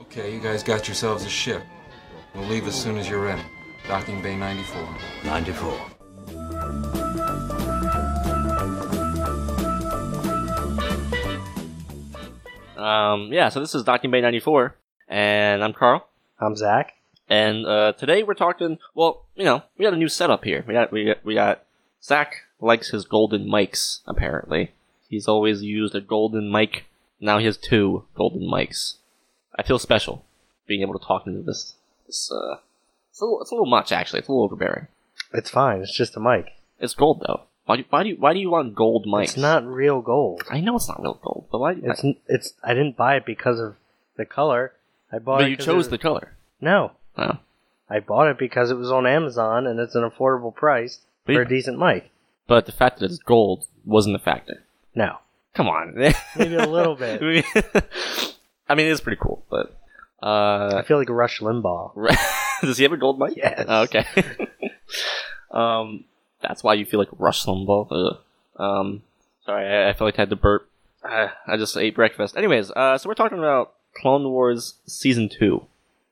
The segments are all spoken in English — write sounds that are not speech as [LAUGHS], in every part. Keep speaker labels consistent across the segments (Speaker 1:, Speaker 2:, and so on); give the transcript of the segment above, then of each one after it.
Speaker 1: Okay, you guys got yourselves a ship. We'll leave as soon as you're ready. Docking Bay 94.
Speaker 2: 94.
Speaker 3: Um, yeah, so this is Docking Bay 94, and I'm Carl.
Speaker 4: I'm Zach.
Speaker 3: And uh, today we're talking, well, you know, we got a new setup here. We got, we got, we got, Zach likes his golden mics, apparently. He's always used a golden mic. Now he has two golden mics. I feel special being able to talk into this. This, uh, it's a, little, it's a little much, actually. It's a little overbearing.
Speaker 4: It's fine. It's just a mic.
Speaker 3: It's gold, though. Why do, why do, you, why do you want gold mics?
Speaker 4: It's not real gold.
Speaker 3: I know it's not real gold, but why?
Speaker 4: It's it's. I didn't buy it because of the color. I bought.
Speaker 3: but
Speaker 4: it
Speaker 3: you
Speaker 4: 'cause
Speaker 3: chose
Speaker 4: it-
Speaker 3: the color.
Speaker 4: No,
Speaker 3: Oh.
Speaker 4: I bought it because it was on Amazon and it's an affordable price
Speaker 3: But
Speaker 4: for
Speaker 3: you-
Speaker 4: a decent mic.
Speaker 3: But the fact that it's gold wasn't a factor.
Speaker 4: No,
Speaker 3: Come on. [LAUGHS]
Speaker 4: maybe a little bit.
Speaker 3: I mean, it's pretty cool, but.
Speaker 4: I
Speaker 3: Uh,
Speaker 4: feel like Rush Limbaugh.
Speaker 3: [LAUGHS] does he have a gold mic?
Speaker 4: Yes.
Speaker 3: Oh, okay. [LAUGHS] um, that's why you feel like Rush Limbaugh. Ugh. Um, sorry, I, I felt like I had to burp. I, I just ate breakfast. Anyways, uh, so we're talking about Clone Wars season two.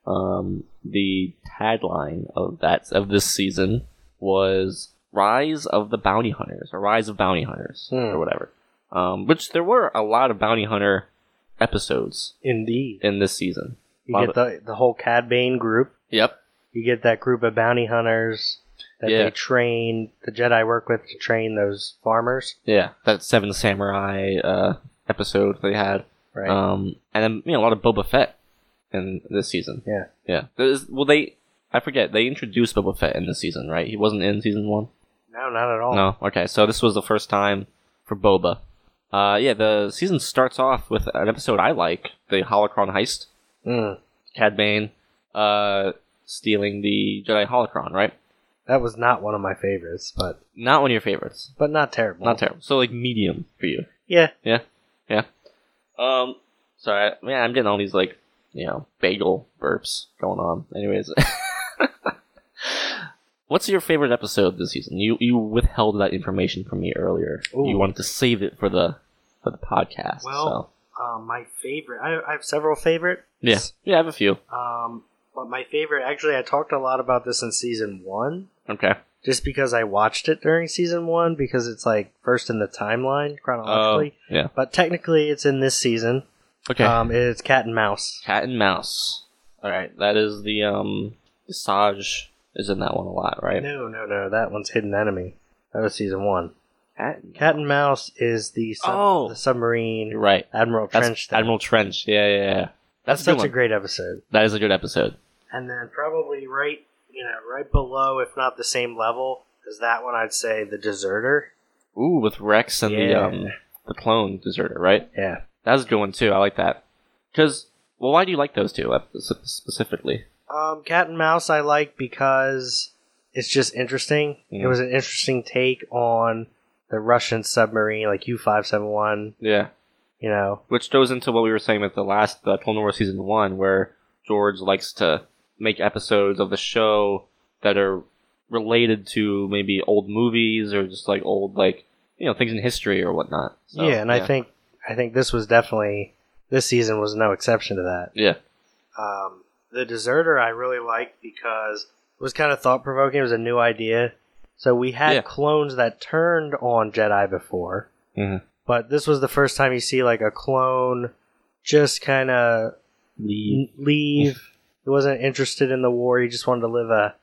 Speaker 3: Um, the tagline of that of this season was "Rise of the Bounty Hunters" or "Rise of Bounty Hunters"
Speaker 4: Hmm.
Speaker 3: or whatever. Um, which there were a lot of bounty hunter episodes
Speaker 4: Indeed,
Speaker 3: in this season.
Speaker 4: you
Speaker 3: Love
Speaker 4: get the the whole Cad Bane group.
Speaker 3: Yep.
Speaker 4: You get that group of bounty hunters that
Speaker 3: Yeah.
Speaker 4: they train. The Jedi work with to train those farmers.
Speaker 3: Yeah, that Seven Samurai uh, episode they had,
Speaker 4: Right.
Speaker 3: um, and then you know a lot of Boba Fett in this season.
Speaker 4: yeah.
Speaker 3: Yeah, There is- well they, I forget they introduced Boba Fett in this season, right? He wasn't in season one.
Speaker 4: No, not at all.
Speaker 3: No, okay, so this was the first time for Boba. Uh, yeah, the season starts off with an episode I like, the Holocron heist.
Speaker 4: Mm.
Speaker 3: Cad Bane, uh, stealing the Jedi Holocron, right?
Speaker 4: That was not one of my favorites, but
Speaker 3: Not one of your favorites.
Speaker 4: but not terrible.
Speaker 3: Not terrible. So like medium for you.
Speaker 4: Yeah,
Speaker 3: Yeah, yeah. Um, sorry, I- man, I'm getting all these like you know bagel burps going on. Anyways, [LAUGHS] what's your favorite episode this season? You you withheld that information from me earlier.
Speaker 4: Ooh.
Speaker 3: You wanted to save it for the for the podcast.
Speaker 4: Well- Uh, my favorite. I, I have several favorite.
Speaker 3: so. yeah, yeah, I have a few.
Speaker 4: Um, but my favorite, actually, I talked a lot about this in season one,
Speaker 3: Okay.
Speaker 4: just because I watched it during season one because it's like first in the timeline chronologically.
Speaker 3: Oh, yeah.
Speaker 4: But technically, it's in this season.
Speaker 3: Okay.
Speaker 4: Um, it's cat and mouse.
Speaker 3: Cat and mouse. All right, that is the um. Saj is in that one a lot, right?
Speaker 4: No, no, no. That one's hidden enemy. That was season one.
Speaker 3: Cat.
Speaker 4: Cat and mouse is the sub-
Speaker 3: Oh.
Speaker 4: the submarine
Speaker 3: Right.
Speaker 4: Admiral
Speaker 3: That's
Speaker 4: Trench. thing.
Speaker 3: Admiral Trench. Yeah, yeah, yeah. That's, a good
Speaker 4: such
Speaker 3: one.
Speaker 4: a great episode.
Speaker 3: That is a good episode.
Speaker 4: And then probably right, you know, right below, if not the same level as that one, I'd say the deserter.
Speaker 3: Ooh, with Rex and the
Speaker 4: Yeah.
Speaker 3: um the clone deserter, right?
Speaker 4: Yeah.
Speaker 3: That was a good one too. I like that. Because well, why do you like those two ep- spe- specifically?
Speaker 4: Um, Cat and Mouse I like because it's just interesting.
Speaker 3: Mhm.
Speaker 4: It was an interesting take on the Russian submarine, like U five seven one.
Speaker 3: Yeah,
Speaker 4: You know,
Speaker 3: which goes into what we were saying with the last uh, Clone Wars season one, where George likes to make episodes of the show that are related to maybe old movies or just like old like you know things in history or whatnot. So,
Speaker 4: yeah. And I think I think this was definitely this season was no exception to that.
Speaker 3: yeah,
Speaker 4: Um, the deserter I really liked because it was kind of thought provoking. It was a new idea. So we had
Speaker 3: Yeah.
Speaker 4: clones that turned on Jedi before,
Speaker 3: Mhm.
Speaker 4: but this was the first time you see like a clone just kind of
Speaker 3: the
Speaker 4: n- leave. he wasn't interested in the war. He just wanted to live a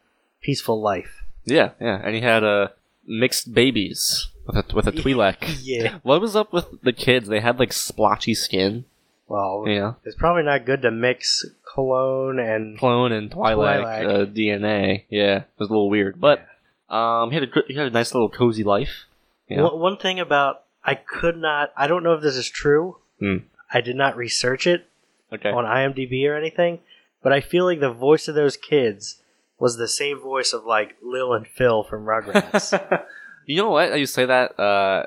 Speaker 4: peaceful life.
Speaker 3: yeah yeah, and he had uh, mixed babies with a
Speaker 4: [LAUGHS]
Speaker 3: with a Twi'lek.
Speaker 4: Yeah.
Speaker 3: What was up with the kids? They had like splotchy skin.
Speaker 4: [LAUGHS] Well,
Speaker 3: Yeah.
Speaker 4: it's probably not good to mix clone and
Speaker 3: Clone and Twilight,
Speaker 4: Twi'lek.
Speaker 3: Uh, DNA. Yeah, it was a little weird, but um, he had a gr- he had a nice little cozy life. Yeah.
Speaker 4: One, one thing about I could not. I don't know if this is true.
Speaker 3: Hmm.
Speaker 4: I did not research it
Speaker 3: Okay.
Speaker 4: on IMDb or anything, but I feel like the voice of those kids was the same voice of like Lil and Phil from
Speaker 3: [LAUGHS]
Speaker 4: Rugrats.
Speaker 3: you know what? You say that. Uh,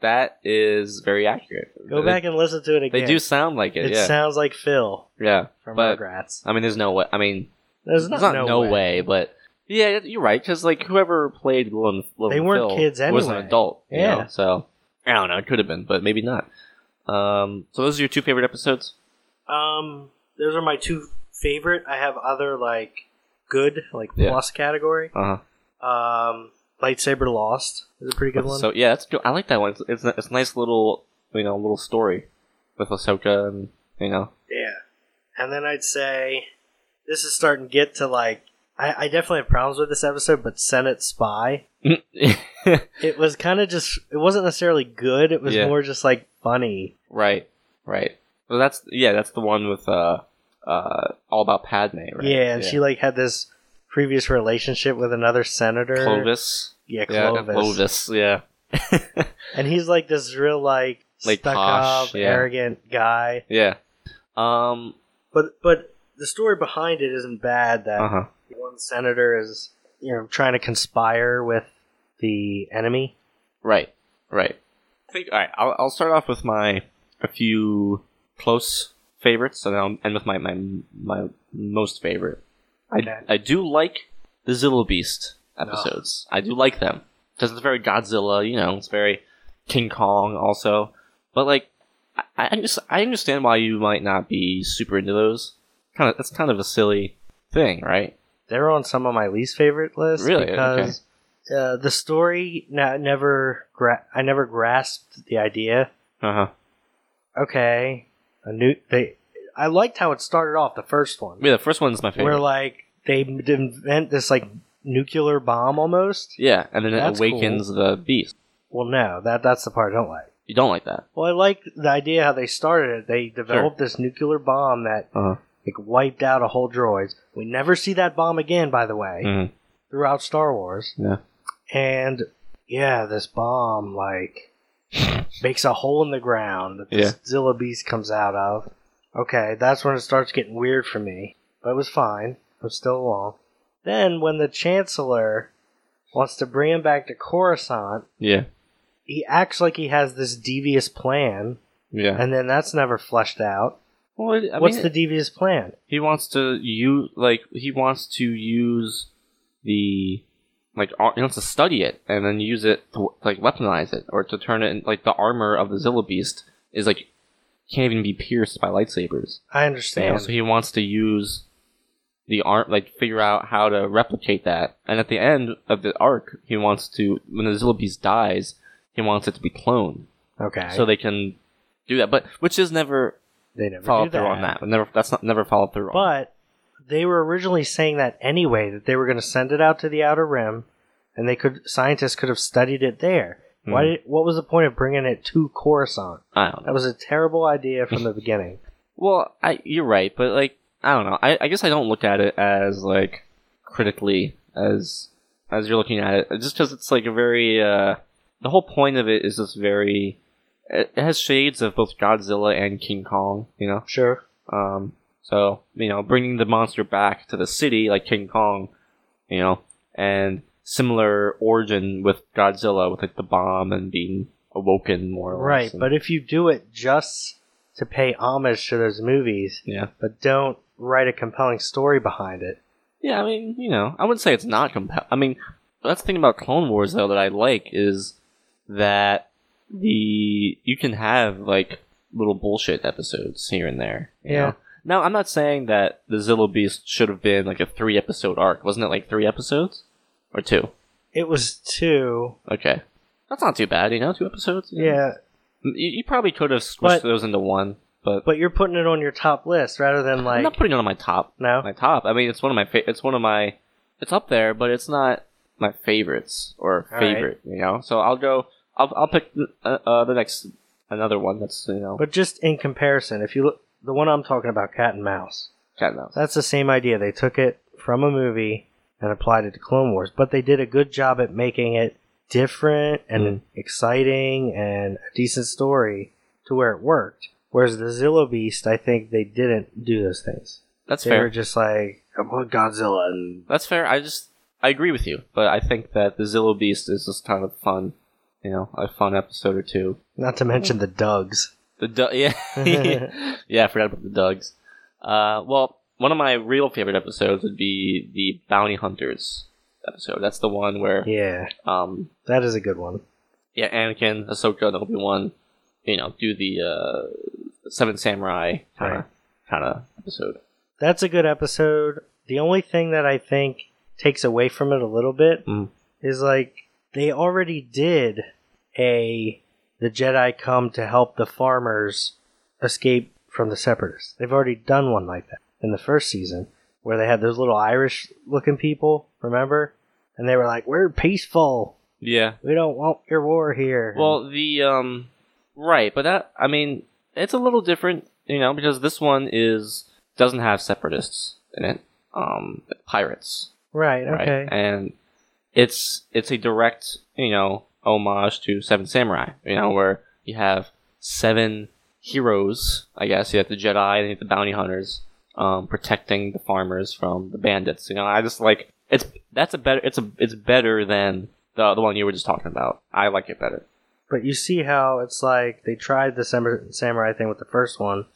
Speaker 3: that is very accurate.
Speaker 4: Go back and listen to it
Speaker 3: They
Speaker 4: again.
Speaker 3: do sound like it.
Speaker 4: It
Speaker 3: yeah.
Speaker 4: sounds like Phil
Speaker 3: yeah.
Speaker 4: from
Speaker 3: But-
Speaker 4: Rugrats.
Speaker 3: I mean, there's no way. I mean,
Speaker 4: There's
Speaker 3: there's
Speaker 4: not,
Speaker 3: not, no,
Speaker 4: no,
Speaker 3: way. but yeah, you're right. Because like whoever played Lil and, Lil
Speaker 4: They
Speaker 3: and
Speaker 4: weren't
Speaker 3: Phil
Speaker 4: kids
Speaker 3: Was an
Speaker 4: anyway.
Speaker 3: adult. Yeah.
Speaker 4: Yeah.
Speaker 3: So I don't know. It could have been, but maybe not. Um. So those are your two favorite episodes.
Speaker 4: Um, those are my two favorite. I have other like good like
Speaker 3: Yeah.
Speaker 4: plus category.
Speaker 3: Uh
Speaker 4: Um, lightsaber lost is a pretty good
Speaker 3: huh.
Speaker 4: one.
Speaker 3: So yeah, that's good. I like that one. It's, it's, a- it's a nice little you know little story with Ahsoka and you know
Speaker 4: Yeah. And then I'd say this is starting to get to like I, I definitely have problems with this episode, but Senate Spy. It was kind of just it wasn't necessarily good, it was
Speaker 3: Yeah.
Speaker 4: more just like funny.
Speaker 3: [LAUGHS] right right. Well, that's yeah, that's the one with uh uh all about Padme. Right?
Speaker 4: Yeah, and she like had this previous relationship with another senator.
Speaker 3: Clovis.
Speaker 4: Yeah,
Speaker 3: Yeah,
Speaker 4: Clovis.
Speaker 3: Clovis. Yeah. [LAUGHS]
Speaker 4: And he's like this real like,
Speaker 3: Like
Speaker 4: stuck
Speaker 3: posh,
Speaker 4: up,
Speaker 3: yeah.
Speaker 4: arrogant guy.
Speaker 3: Yeah. Um.
Speaker 4: But but the story behind it isn't bad that
Speaker 3: Uh huh.
Speaker 4: one senator is you know trying to conspire with the enemy.
Speaker 3: Right. Right. I think. All right. I'll, I'll start off with my a few close favorites, and I'll end with my my my most favorite.
Speaker 4: Okay. Ah.
Speaker 3: I do like the Zilla Beast episodes. I do like them because it's very Godzilla. You know, it's very King Kong also. But like, I, I just I understand why you might not be super into those. Kind of that's kind of a silly thing, right?
Speaker 4: They're on some of my least favorite lists
Speaker 3: Really?
Speaker 4: because uh, the story na- never gra- I never grasped the idea.
Speaker 3: Uh huh.
Speaker 4: Okay, a new they I liked how it started off the first one
Speaker 3: Yeah, the first one's my
Speaker 4: where
Speaker 3: favorite.
Speaker 4: like they m- invent this like nuclear bomb almost.
Speaker 3: yeah, and then it
Speaker 4: That's
Speaker 3: awakens the beast.
Speaker 4: Well, no, that that's the part I don't like.
Speaker 3: You don't like that.
Speaker 4: Well, I like the idea how they started it. They developed this nuclear bomb that
Speaker 3: Uh huh.
Speaker 4: like wiped out a whole droids. We never see that bomb again, by the way,
Speaker 3: Mm.
Speaker 4: throughout Star Wars.
Speaker 3: Yeah.
Speaker 4: And yeah, this bomb like makes a hole in the ground that
Speaker 3: Yeah.
Speaker 4: this Zilla beast comes out of. Okay, that's when it starts getting weird for me. But it was fine. I'm still along. Then when the Chancellor wants to bring him back to Coruscant,
Speaker 3: Yeah.
Speaker 4: he acts like he has this devious plan,
Speaker 3: Yeah.
Speaker 4: and then that's never fleshed out.
Speaker 3: well, I mean,
Speaker 4: What's the devious plan?
Speaker 3: He wants to use like he wants to use the like ar- he wants to study it and then use it to like weaponize it or to turn it in, like the armor of the Zilla Beast is like can't even be pierced by lightsabers.
Speaker 4: I
Speaker 3: you know?
Speaker 4: understand.
Speaker 3: So he wants to use the arm like figure out how to replicate that. And at the end of the arc, he wants to when the Zilla Beast dies, he wants it to be cloned
Speaker 4: Okay.
Speaker 3: so they can do that. But which is never
Speaker 4: they never
Speaker 3: followed
Speaker 4: do
Speaker 3: through
Speaker 4: that.
Speaker 3: on that. Never that's not never followed through on.
Speaker 4: But they were originally saying that anyway, that they were going to send it out to the outer rim, and they could scientists could have studied it there.
Speaker 3: Hmm.
Speaker 4: Why? Did, what was the point of bringing it to Coruscant?
Speaker 3: I don't know.
Speaker 4: That was a terrible idea from the beginning.
Speaker 3: [LAUGHS] Well, I you're right, but like I don't know. I, I guess I don't look at it as like critically as as you're looking at it, just because it's like a very uh, the whole point of it is just very. It, it has shades of both Godzilla and King Kong, you know.
Speaker 4: Sure.
Speaker 3: Um, so you know, bringing the monster back to the city like King Kong, you know, and similar origin with Godzilla with like the bomb and being awoken more or
Speaker 4: Right,
Speaker 3: less. and-
Speaker 4: but if you do it just to pay homage to those movies,
Speaker 3: yeah.
Speaker 4: but don't write a compelling story behind it.
Speaker 3: Yeah, I mean, you know, I wouldn't say it's not compelling. I mean, that's the thing about Clone Wars though that I like is that the you can have like little bullshit episodes here and there. you
Speaker 4: Yeah.
Speaker 3: know? Now I'm not saying that the Zillow Beast should have been like a three episode arc. Wasn't it like three episodes or two?
Speaker 4: It was two.
Speaker 3: Okay, that's not too bad. You know, two episodes. you know?
Speaker 4: Yeah,
Speaker 3: you, you probably could have squished
Speaker 4: But-
Speaker 3: those into one, but,
Speaker 4: but you're putting it on your top list rather than
Speaker 3: [LAUGHS] I'm
Speaker 4: like
Speaker 3: not putting it on my top.
Speaker 4: no.
Speaker 3: my top. I mean, it's one of my fa- it's one of my it's up there, but it's not my favorites or
Speaker 4: All right.
Speaker 3: favorite. You know, so I'll go. I'll I'll pick uh, uh, the next another one that's you know
Speaker 4: But just in comparison, if you look, the one I'm talking about, Cat and Mouse,
Speaker 3: cat and mouse.
Speaker 4: that's the same idea. They took it from a movie and applied it to Clone Wars, but they did a good job at making it different and
Speaker 3: Mm.
Speaker 4: exciting and a decent story to where it worked. Whereas the Zillow Beast, I think they didn't do those things.
Speaker 3: That's
Speaker 4: they
Speaker 3: fair.
Speaker 4: were just like, I want Godzilla and
Speaker 3: That's fair. I just I agree with you, but I think that the Zillow Beast is just kind of fun. You know, a fun episode or two.
Speaker 4: not to mention the Dugs.
Speaker 3: The du- [LAUGHS]
Speaker 4: [LAUGHS]
Speaker 3: yeah, yeah, I forgot about the Dugs. Uh, well, one of my real favorite episodes would be the Bounty Hunters episode. That's the one where
Speaker 4: Yeah,
Speaker 3: um,
Speaker 4: that is a good one.
Speaker 3: yeah, Anakin, Ahsoka, and Obi Wan, you know, do the uh, Seven Samurai kind of
Speaker 4: Right.
Speaker 3: kind of episode.
Speaker 4: That's a good episode. The only thing that I think takes away from it a little bit
Speaker 3: Mm.
Speaker 4: is like they already did a the Jedi come to help the farmers escape from the separatists. They've already done one like that in the first season where they had those little Irish looking people, remember? And they were like, "We're peaceful.
Speaker 3: Yeah.
Speaker 4: We don't want your war here."
Speaker 3: Well, the um, right, but that I mean, it's a little different, you know, because this one is doesn't have separatists in it, um, pirates,
Speaker 4: right,
Speaker 3: right?
Speaker 4: okay.
Speaker 3: And it's it's a direct, you know, homage to Seven Samurai, you know, where you have seven heroes, I guess. You have the Jedi and you have the bounty hunters, um, protecting the farmers from the bandits. You know, I just like it's that's a better it's a it's better than the the one you were just talking about. I like it better.
Speaker 4: But you see how it's like they tried the sam- samurai thing with the first one,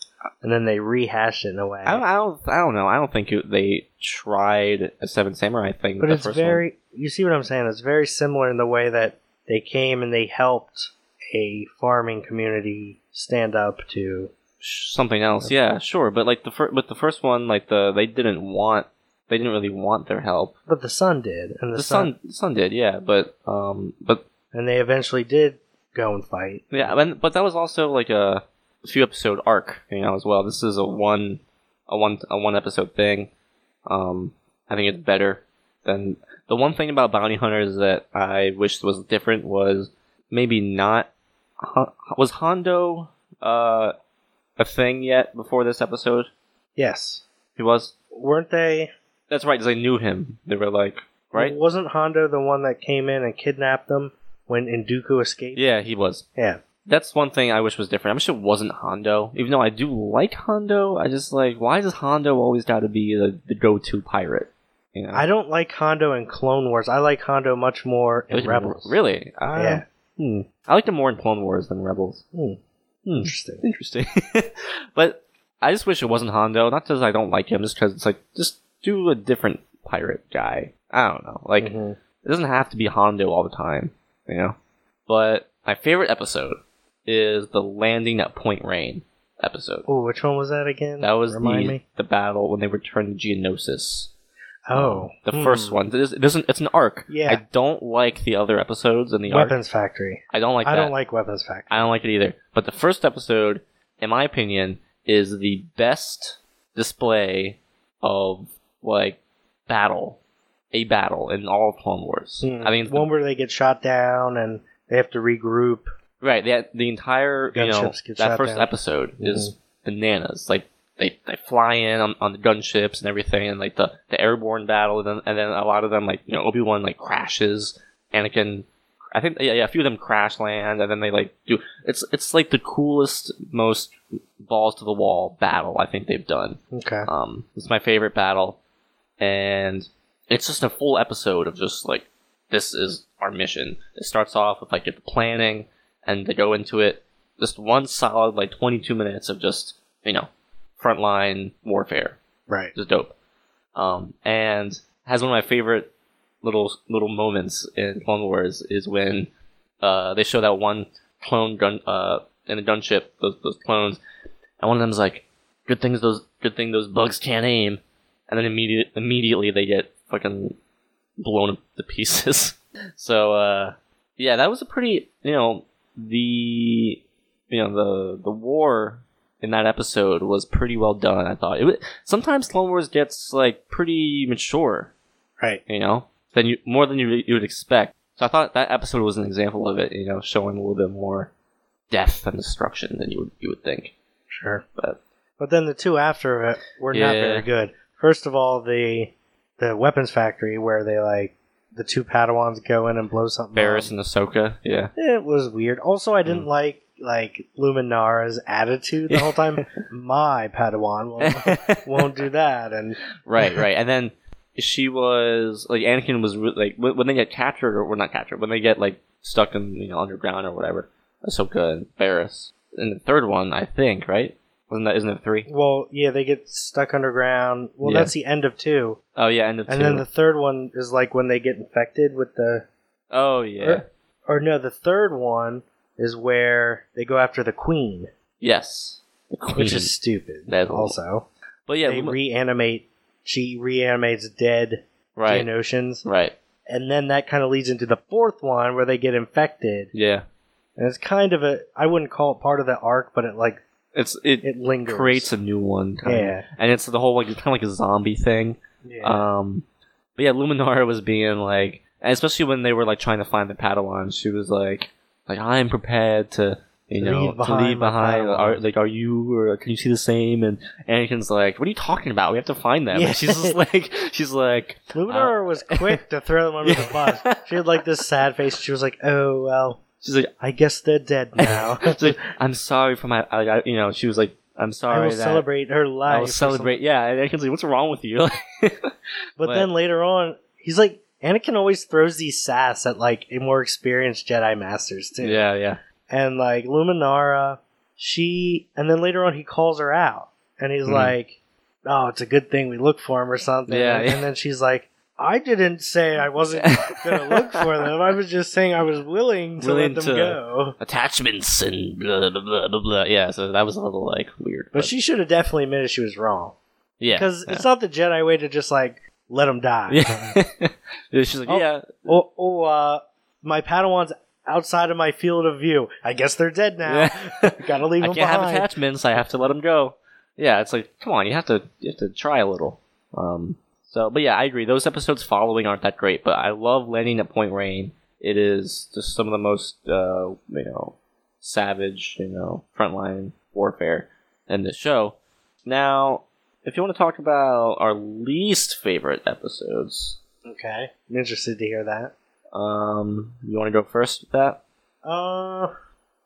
Speaker 4: and then they rehashed it in a way.
Speaker 3: I don't, I don't, I don't know. I don't think it, they tried a Seven Samurai thing.
Speaker 4: but
Speaker 3: the
Speaker 4: it's
Speaker 3: first
Speaker 4: very, you see what I'm saying? It's very similar in the way that they came and they helped a farming community stand up to.
Speaker 3: one. Sh- something else. Yeah, sure. But like the fir- but the first one, like the they didn't want, they didn't really want their help.
Speaker 4: But the son did, and
Speaker 3: The,
Speaker 4: the,
Speaker 3: son,
Speaker 4: son,
Speaker 3: the son did, yeah. But um, but
Speaker 4: and they eventually did go and fight.
Speaker 3: yeah, and, but that was also like a few episode arc, you know, as well. This is a one, a one, a one episode thing. Um, I think it's better than the one thing about bounty hunters that I wished was different was maybe not Hon- was Hondo uh, a thing yet before this episode?
Speaker 4: Yes,
Speaker 3: He was.
Speaker 4: weren't they?
Speaker 3: That's right, 'cause they knew him. They were like, right?
Speaker 4: Wasn't Hondo the one that came in and kidnapped them when Induku escaped?
Speaker 3: Yeah, he was.
Speaker 4: yeah.
Speaker 3: That's one thing I wish was different. I wish it wasn't Hondo. Even though I do like Hondo, I just like why does Hondo always got to be the, the go-to pirate? You know,
Speaker 4: I don't like Hondo in Clone Wars. I like Hondo much more
Speaker 3: Like,
Speaker 4: in Rebels.
Speaker 3: Really? Uh,
Speaker 4: Yeah.
Speaker 3: Hmm. I liked him more in Clone Wars than Rebels.
Speaker 4: Hmm.
Speaker 3: Hmm.
Speaker 4: Interesting.
Speaker 3: Interesting. [LAUGHS] but I just wish it wasn't Hondo. Not because I don't like him, just because it's like just do a different pirate guy. I don't know. Like
Speaker 4: Mhm.
Speaker 3: it doesn't have to be Hondo all the time, you know. But my favorite episode is the landing at Point Rain episode.
Speaker 4: Ooh, which one was that again?
Speaker 3: That was
Speaker 4: remind
Speaker 3: the,
Speaker 4: me.
Speaker 3: the battle when they returned to Geonosis.
Speaker 4: Oh,
Speaker 3: The
Speaker 4: hmm.
Speaker 3: first one. It is- it isn't, it's an arc.
Speaker 4: Yeah.
Speaker 3: I don't like the other episodes in the arc.
Speaker 4: Weapons Factory.
Speaker 3: I don't like
Speaker 4: I
Speaker 3: that.
Speaker 4: don't like Weapons Factory.
Speaker 3: I don't like it either. But the first episode, in my opinion, is the best display of like battle, a battle in all of Clone Wars.
Speaker 4: Hmm.
Speaker 3: I mean,
Speaker 4: one where they get shot down and they have to regroup.
Speaker 3: right? The, the entire you know
Speaker 4: Gunships get
Speaker 3: that
Speaker 4: shot
Speaker 3: first
Speaker 4: down. Mm-hmm.
Speaker 3: episode is bananas. Like they, they fly in on, on the gunships and everything, and like the, the airborne battle, and then, and then a lot of them like you know Obi Wan like crashes, Anakin. I think yeah, yeah, a few of them crash land, and then they like do. It's it's like the coolest, most balls to the wall battle I think they've done.
Speaker 4: Okay.
Speaker 3: Um, it's my favorite battle, and it's just a full episode of just like this is our mission. It starts off with like the planning, and they go into it. Just one solid like twenty two minutes of just you know frontline warfare,
Speaker 4: right.
Speaker 3: just dope. Um, and has one of my favorite little little moments in Clone Wars is when uh, they show that one clone gun uh, in the gunship those those clones, and one of them's like, "Good things those good thing those bugs can't aim," and then immediate, immediately they get fucking blown to pieces. [LAUGHS] so uh, yeah, that was a pretty you know the you know the the war in that episode was pretty well done. I thought it was, sometimes Clone Wars gets like pretty mature
Speaker 4: Right.
Speaker 3: you know, than you more than you, you would expect. So I thought that episode was an example of it, you know, showing a little bit more death and destruction than you would you would think.
Speaker 4: Sure.
Speaker 3: But
Speaker 4: But then the two after it were not
Speaker 3: Yeah.
Speaker 4: very good. First of all, the the Weapons Factory where they like the two Padawans go in and blow something.
Speaker 3: Barris Hmm.
Speaker 4: up.
Speaker 3: and Ahsoka, yeah,
Speaker 4: It was weird. Also, I didn't like like Luminara's attitude the whole
Speaker 3: [LAUGHS]
Speaker 4: time. My Padawan won't, won't do that, and
Speaker 3: right, right. And then she was like Anakin was re- like when, when they get captured or well, not captured when they get like stuck in you know underground or whatever. Ahsoka and Barris. And the third one, I think, right? Wasn't that isn't it three?
Speaker 4: well, yeah, they get stuck underground. Well,
Speaker 3: Yeah.
Speaker 4: that's the end of two,
Speaker 3: Oh yeah, end of
Speaker 4: and
Speaker 3: two.
Speaker 4: then the third one is like when they get infected with the,
Speaker 3: oh yeah,
Speaker 4: Er- or no, the third one is where they go after the queen.
Speaker 3: yes,
Speaker 4: which is stupid.
Speaker 3: That's awful.
Speaker 4: also,
Speaker 3: But yeah,
Speaker 4: they
Speaker 3: Luma-
Speaker 4: reanimate. She reanimates dead
Speaker 3: right,
Speaker 4: Jane Oceans,
Speaker 3: right,
Speaker 4: and then that kind of leads into the fourth one where they get infected,
Speaker 3: yeah.
Speaker 4: and it's kind of a I wouldn't call it part of the arc, but it like
Speaker 3: It's it,
Speaker 4: it lingers.
Speaker 3: creates a new one, kinda.
Speaker 4: Yeah.
Speaker 3: and it's the whole like kind of like a zombie thing.
Speaker 4: yeah.
Speaker 3: Um, but yeah, Luminara was being like, and especially when they were like trying to find the Padawan, she was like, like I'm prepared to, you
Speaker 4: To
Speaker 3: know,
Speaker 4: leave
Speaker 3: to leave
Speaker 4: behind my
Speaker 3: behind.
Speaker 4: Padawan."
Speaker 3: Are, like, are you or can you see the same? And Anakin's like, what are you talking about? We have to find them.
Speaker 4: Yeah.
Speaker 3: And she's just [LAUGHS] like, she's like,
Speaker 4: Luminara
Speaker 3: [LAUGHS]
Speaker 4: was quick to throw them under the bus. She had like this sad face. She was like, "Oh well,
Speaker 3: she's like,
Speaker 4: I guess they're
Speaker 3: [LAUGHS]
Speaker 4: dead now."
Speaker 3: she's like, I'm sorry for my, I, I, you know, she was like, I'm
Speaker 4: I
Speaker 3: sorry
Speaker 4: will
Speaker 3: that
Speaker 4: celebrate her life.
Speaker 3: I will
Speaker 4: or something.
Speaker 3: celebrate. Yeah, and Anakin's like, what's wrong with you?
Speaker 4: But
Speaker 3: But-
Speaker 4: then later on, he's like, Anakin always throws these sass at like a more experienced Jedi masters too.
Speaker 3: [LAUGHS] yeah, yeah,
Speaker 4: And like Luminara, she, and then later on he calls her out, and he's
Speaker 3: Mhm.
Speaker 4: like, "Oh, it's a good thing we look for him or something."
Speaker 3: Yeah,
Speaker 4: and,
Speaker 3: yeah.
Speaker 4: and then she's like. I didn't say I
Speaker 3: [LAUGHS]
Speaker 4: wasn't gonna look for them. I was just saying I was willing to
Speaker 3: Willing
Speaker 4: let them
Speaker 3: to-
Speaker 4: go.
Speaker 3: attachments and blah blah blah blah. blah. Yeah, so that was a little like weird,
Speaker 4: But she should have definitely admitted she was wrong.
Speaker 3: yeah,
Speaker 4: Because
Speaker 3: yeah.
Speaker 4: it's not the Jedi way to just like let them die. [LAUGHS]
Speaker 3: Yeah. [LAUGHS] Yeah, She's like,
Speaker 4: Oh.
Speaker 3: yeah,
Speaker 4: Oh, oh uh, my Padawan's outside of my field of view. I guess they're dead now.
Speaker 3: yeah.
Speaker 4: [LAUGHS] Gotta
Speaker 3: I
Speaker 4: leave them
Speaker 3: can't
Speaker 4: behind.
Speaker 3: have attachments. I have to let them go. Yeah, it's like, come on, you have to, you have to try a little. Um, so, but yeah, I agree. Those episodes following aren't that great, but I love landing at Point Rain. It is just some of the most, uh, you know, savage, you know, frontline warfare in this show. Now, if you want to talk about our least favorite episodes,
Speaker 4: okay, I'm interested to hear that.
Speaker 3: um, you want to go first with that?
Speaker 4: Uh,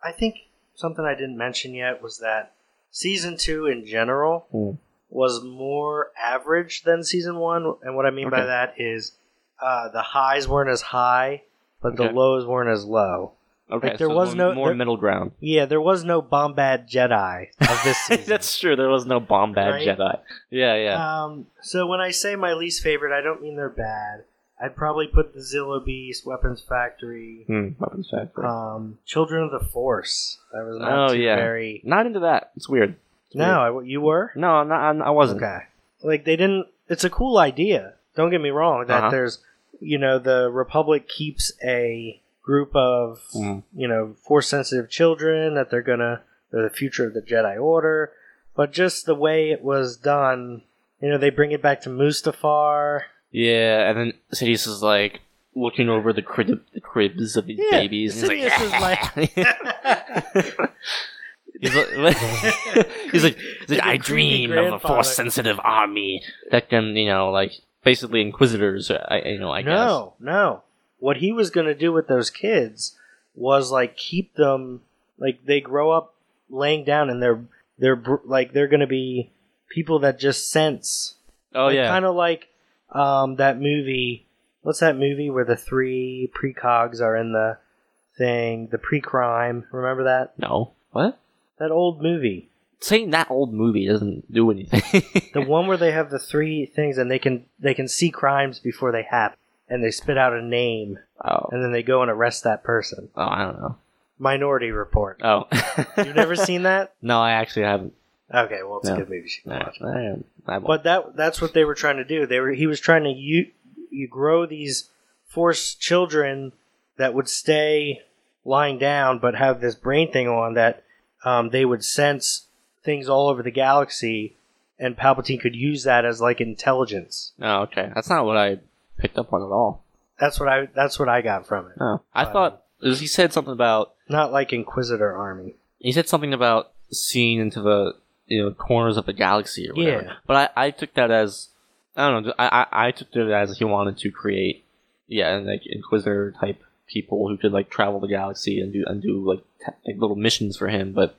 Speaker 4: I think something I didn't mention yet was that season two in general
Speaker 3: Hmm.
Speaker 4: was more average than season one, and what I mean by
Speaker 3: Okay.
Speaker 4: that is uh, the highs weren't as high, but the
Speaker 3: Okay.
Speaker 4: lows weren't as low.
Speaker 3: Okay,
Speaker 4: there
Speaker 3: so
Speaker 4: was
Speaker 3: more-
Speaker 4: no-
Speaker 3: more
Speaker 4: there-
Speaker 3: middle ground.
Speaker 4: Yeah, there was no Bombad Jedi of
Speaker 3: [LAUGHS]
Speaker 4: this season.
Speaker 3: That's true. There was no bomb bad
Speaker 4: Right?
Speaker 3: Jedi. Yeah, yeah.
Speaker 4: Um, so when I say my least favorite, I don't mean they're bad. I'd probably put the Zilla Beast, Weapons Factory,
Speaker 3: Hmm, weapons factory.
Speaker 4: um, Children of the Force. That was not
Speaker 3: Oh,
Speaker 4: too
Speaker 3: yeah.
Speaker 4: very.
Speaker 3: not into that. It's weird. It's
Speaker 4: No,
Speaker 3: weird.
Speaker 4: I, you were
Speaker 3: no, I'm not, I'm, I wasn't.
Speaker 4: okay. Like they didn't. It's a cool idea. Don't get me wrong. That
Speaker 3: Uh-huh.
Speaker 4: there's, you know, the Republic keeps a group of
Speaker 3: Mm.
Speaker 4: you know force sensitive children that they're gonna they're the future of the Jedi Order. But just the way it was done, you know, they bring it back to Mustafar.
Speaker 3: Yeah, and then Sidious is like looking over the, crib, the cribs of these
Speaker 4: Yeah,
Speaker 3: babies. and he's like, [LAUGHS]
Speaker 4: [LAUGHS]
Speaker 3: He's like, [LAUGHS]
Speaker 4: [LAUGHS]
Speaker 3: he's like, he's like,
Speaker 4: Like a
Speaker 3: I
Speaker 4: creepy
Speaker 3: dream of a
Speaker 4: grandfather."
Speaker 3: force-sensitive army that can, you know, like basically inquisitors. uh, I, you know, I guess.
Speaker 4: no, no. What he was going to do with those kids was like keep them like they grow up laying down and they're they're br- like they're going to be people that just sense.
Speaker 3: Oh yeah,
Speaker 4: Kind of like um that movie. What's that movie where the three precogs are in the thing, the pre-crime? Remember that?
Speaker 3: no. What?
Speaker 4: That old movie.
Speaker 3: Saying that old movie doesn't do anything. [LAUGHS]
Speaker 4: The one where they have the three things and they can they can see crimes before they happen and they spit out a name
Speaker 3: oh,
Speaker 4: [LAUGHS] and then they go and arrest that person.
Speaker 3: oh, I don't know.
Speaker 4: Minority Report.
Speaker 3: Oh,
Speaker 4: You've
Speaker 3: [LAUGHS]
Speaker 4: never seen that?
Speaker 3: No, I actually haven't.
Speaker 4: Okay, well, it's
Speaker 3: No.
Speaker 4: a good movie. You should
Speaker 3: I,
Speaker 4: watch.
Speaker 3: I, I,
Speaker 4: But that—that's what they were trying to do. They were—he was trying to you you grow these force children that would stay lying down, but have this brain thing on that um, they would sense things all over the galaxy, and Palpatine could use that as like intelligence.
Speaker 3: oh, okay. That's not what I picked up on at all.
Speaker 4: That's what I—that's what I got from it.
Speaker 3: No, I
Speaker 4: Um,
Speaker 3: thought he said something about
Speaker 4: Not like Inquisitor Army.
Speaker 3: he said something about seeing into the you know corners of the galaxy or whatever.
Speaker 4: Yeah.
Speaker 3: But I, I took that as I don't know. I, I I took it as he wanted to create yeah, and like inquisitor type people who could like travel the galaxy and do and do like, t- like little missions for him. But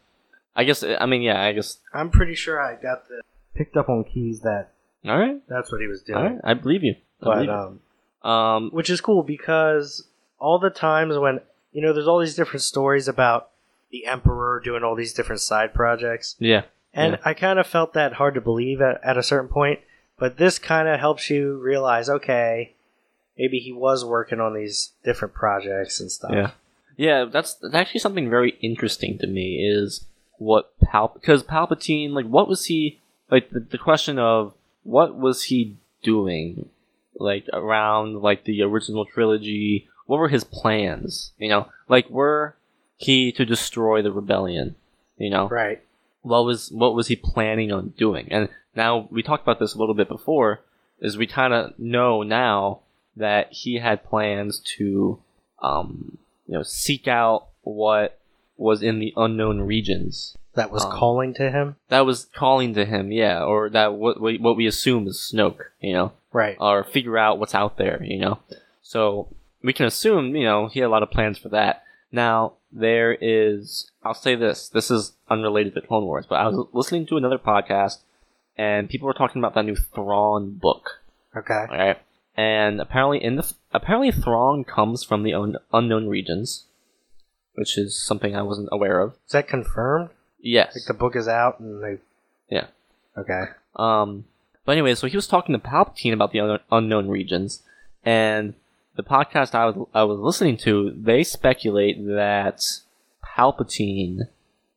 Speaker 3: I guess I mean yeah, I guess
Speaker 4: I'm pretty sure I got the picked up on keys that
Speaker 3: all right,
Speaker 4: that's what he was doing.
Speaker 3: all right. I believe you. I
Speaker 4: But
Speaker 3: believe
Speaker 4: um,
Speaker 3: you. Um,
Speaker 4: which is cool because all the times when you know there's all these different stories about the emperor doing all these different side projects
Speaker 3: yeah.
Speaker 4: and
Speaker 3: Yeah.
Speaker 4: i kind of felt that hard to believe at, at a certain point but this kind of helps you realize okay maybe he was working on these different projects and stuff
Speaker 3: Yeah. Yeah, that's, that's actually something very interesting to me is what Pal because Palpatine like what was he like the, the question of what was he doing like around like the original trilogy what were his plans you know like were he to destroy the rebellion you know
Speaker 4: Right.
Speaker 3: what was what was he planning on doing and now we talked about this a little bit before is we kind of know now that he had plans to um you know seek out what was in the unknown regions
Speaker 4: That was
Speaker 3: Um,
Speaker 4: calling to him.
Speaker 3: that was calling to him yeah or that what we, what we assume is snoke you know
Speaker 4: Right.
Speaker 3: or figure out what's out there, you know? So we can assume, you know, he had a lot of plans for that. Now, there is, I'll say this, this is unrelated to Clone Wars, but I was listening to another podcast and people were talking about that new Thrawn book,
Speaker 4: Okay.
Speaker 3: all right? And apparently in the, apparently Thrawn comes from the un- unknown regions, which is something I wasn't aware of.
Speaker 4: Is that confirmed?
Speaker 3: Yes.
Speaker 4: Like the book is out and they.
Speaker 3: Yeah.
Speaker 4: Okay.
Speaker 3: Um, but anyway, so he was talking to Palpatine about the un- unknown regions, and the podcast I was I was listening to, they speculate that Palpatine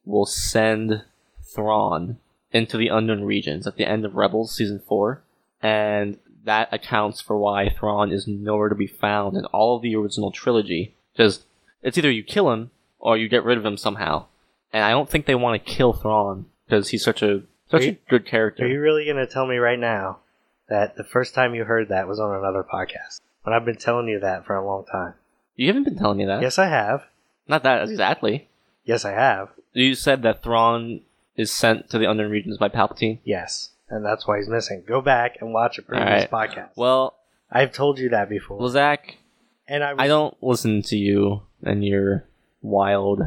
Speaker 3: will send Thrawn into the unknown regions at the end of Rebels season four, and that accounts for why Thrawn is nowhere to be found in all of the original trilogy. Because it's either you kill him or you get rid of him somehow, and I don't think they want to kill Thrawn because he's such a such
Speaker 4: Are
Speaker 3: a
Speaker 4: you-
Speaker 3: good character.
Speaker 4: Are you really going to tell me right now that the first time you heard that was on another podcast? When I've been telling you that for a long time.
Speaker 3: You haven't been telling me that.
Speaker 4: Yes, I have.
Speaker 3: Not that exactly.
Speaker 4: Yes, I have.
Speaker 3: You said that Thrawn is sent to the unknown regions by Palpatine.
Speaker 4: Yes. And that's why he's missing. Go back and watch a previous podcast.
Speaker 3: Well,
Speaker 4: I've told you that before.
Speaker 3: well, Zach,
Speaker 4: and I, was,
Speaker 3: I don't listen to you and your wild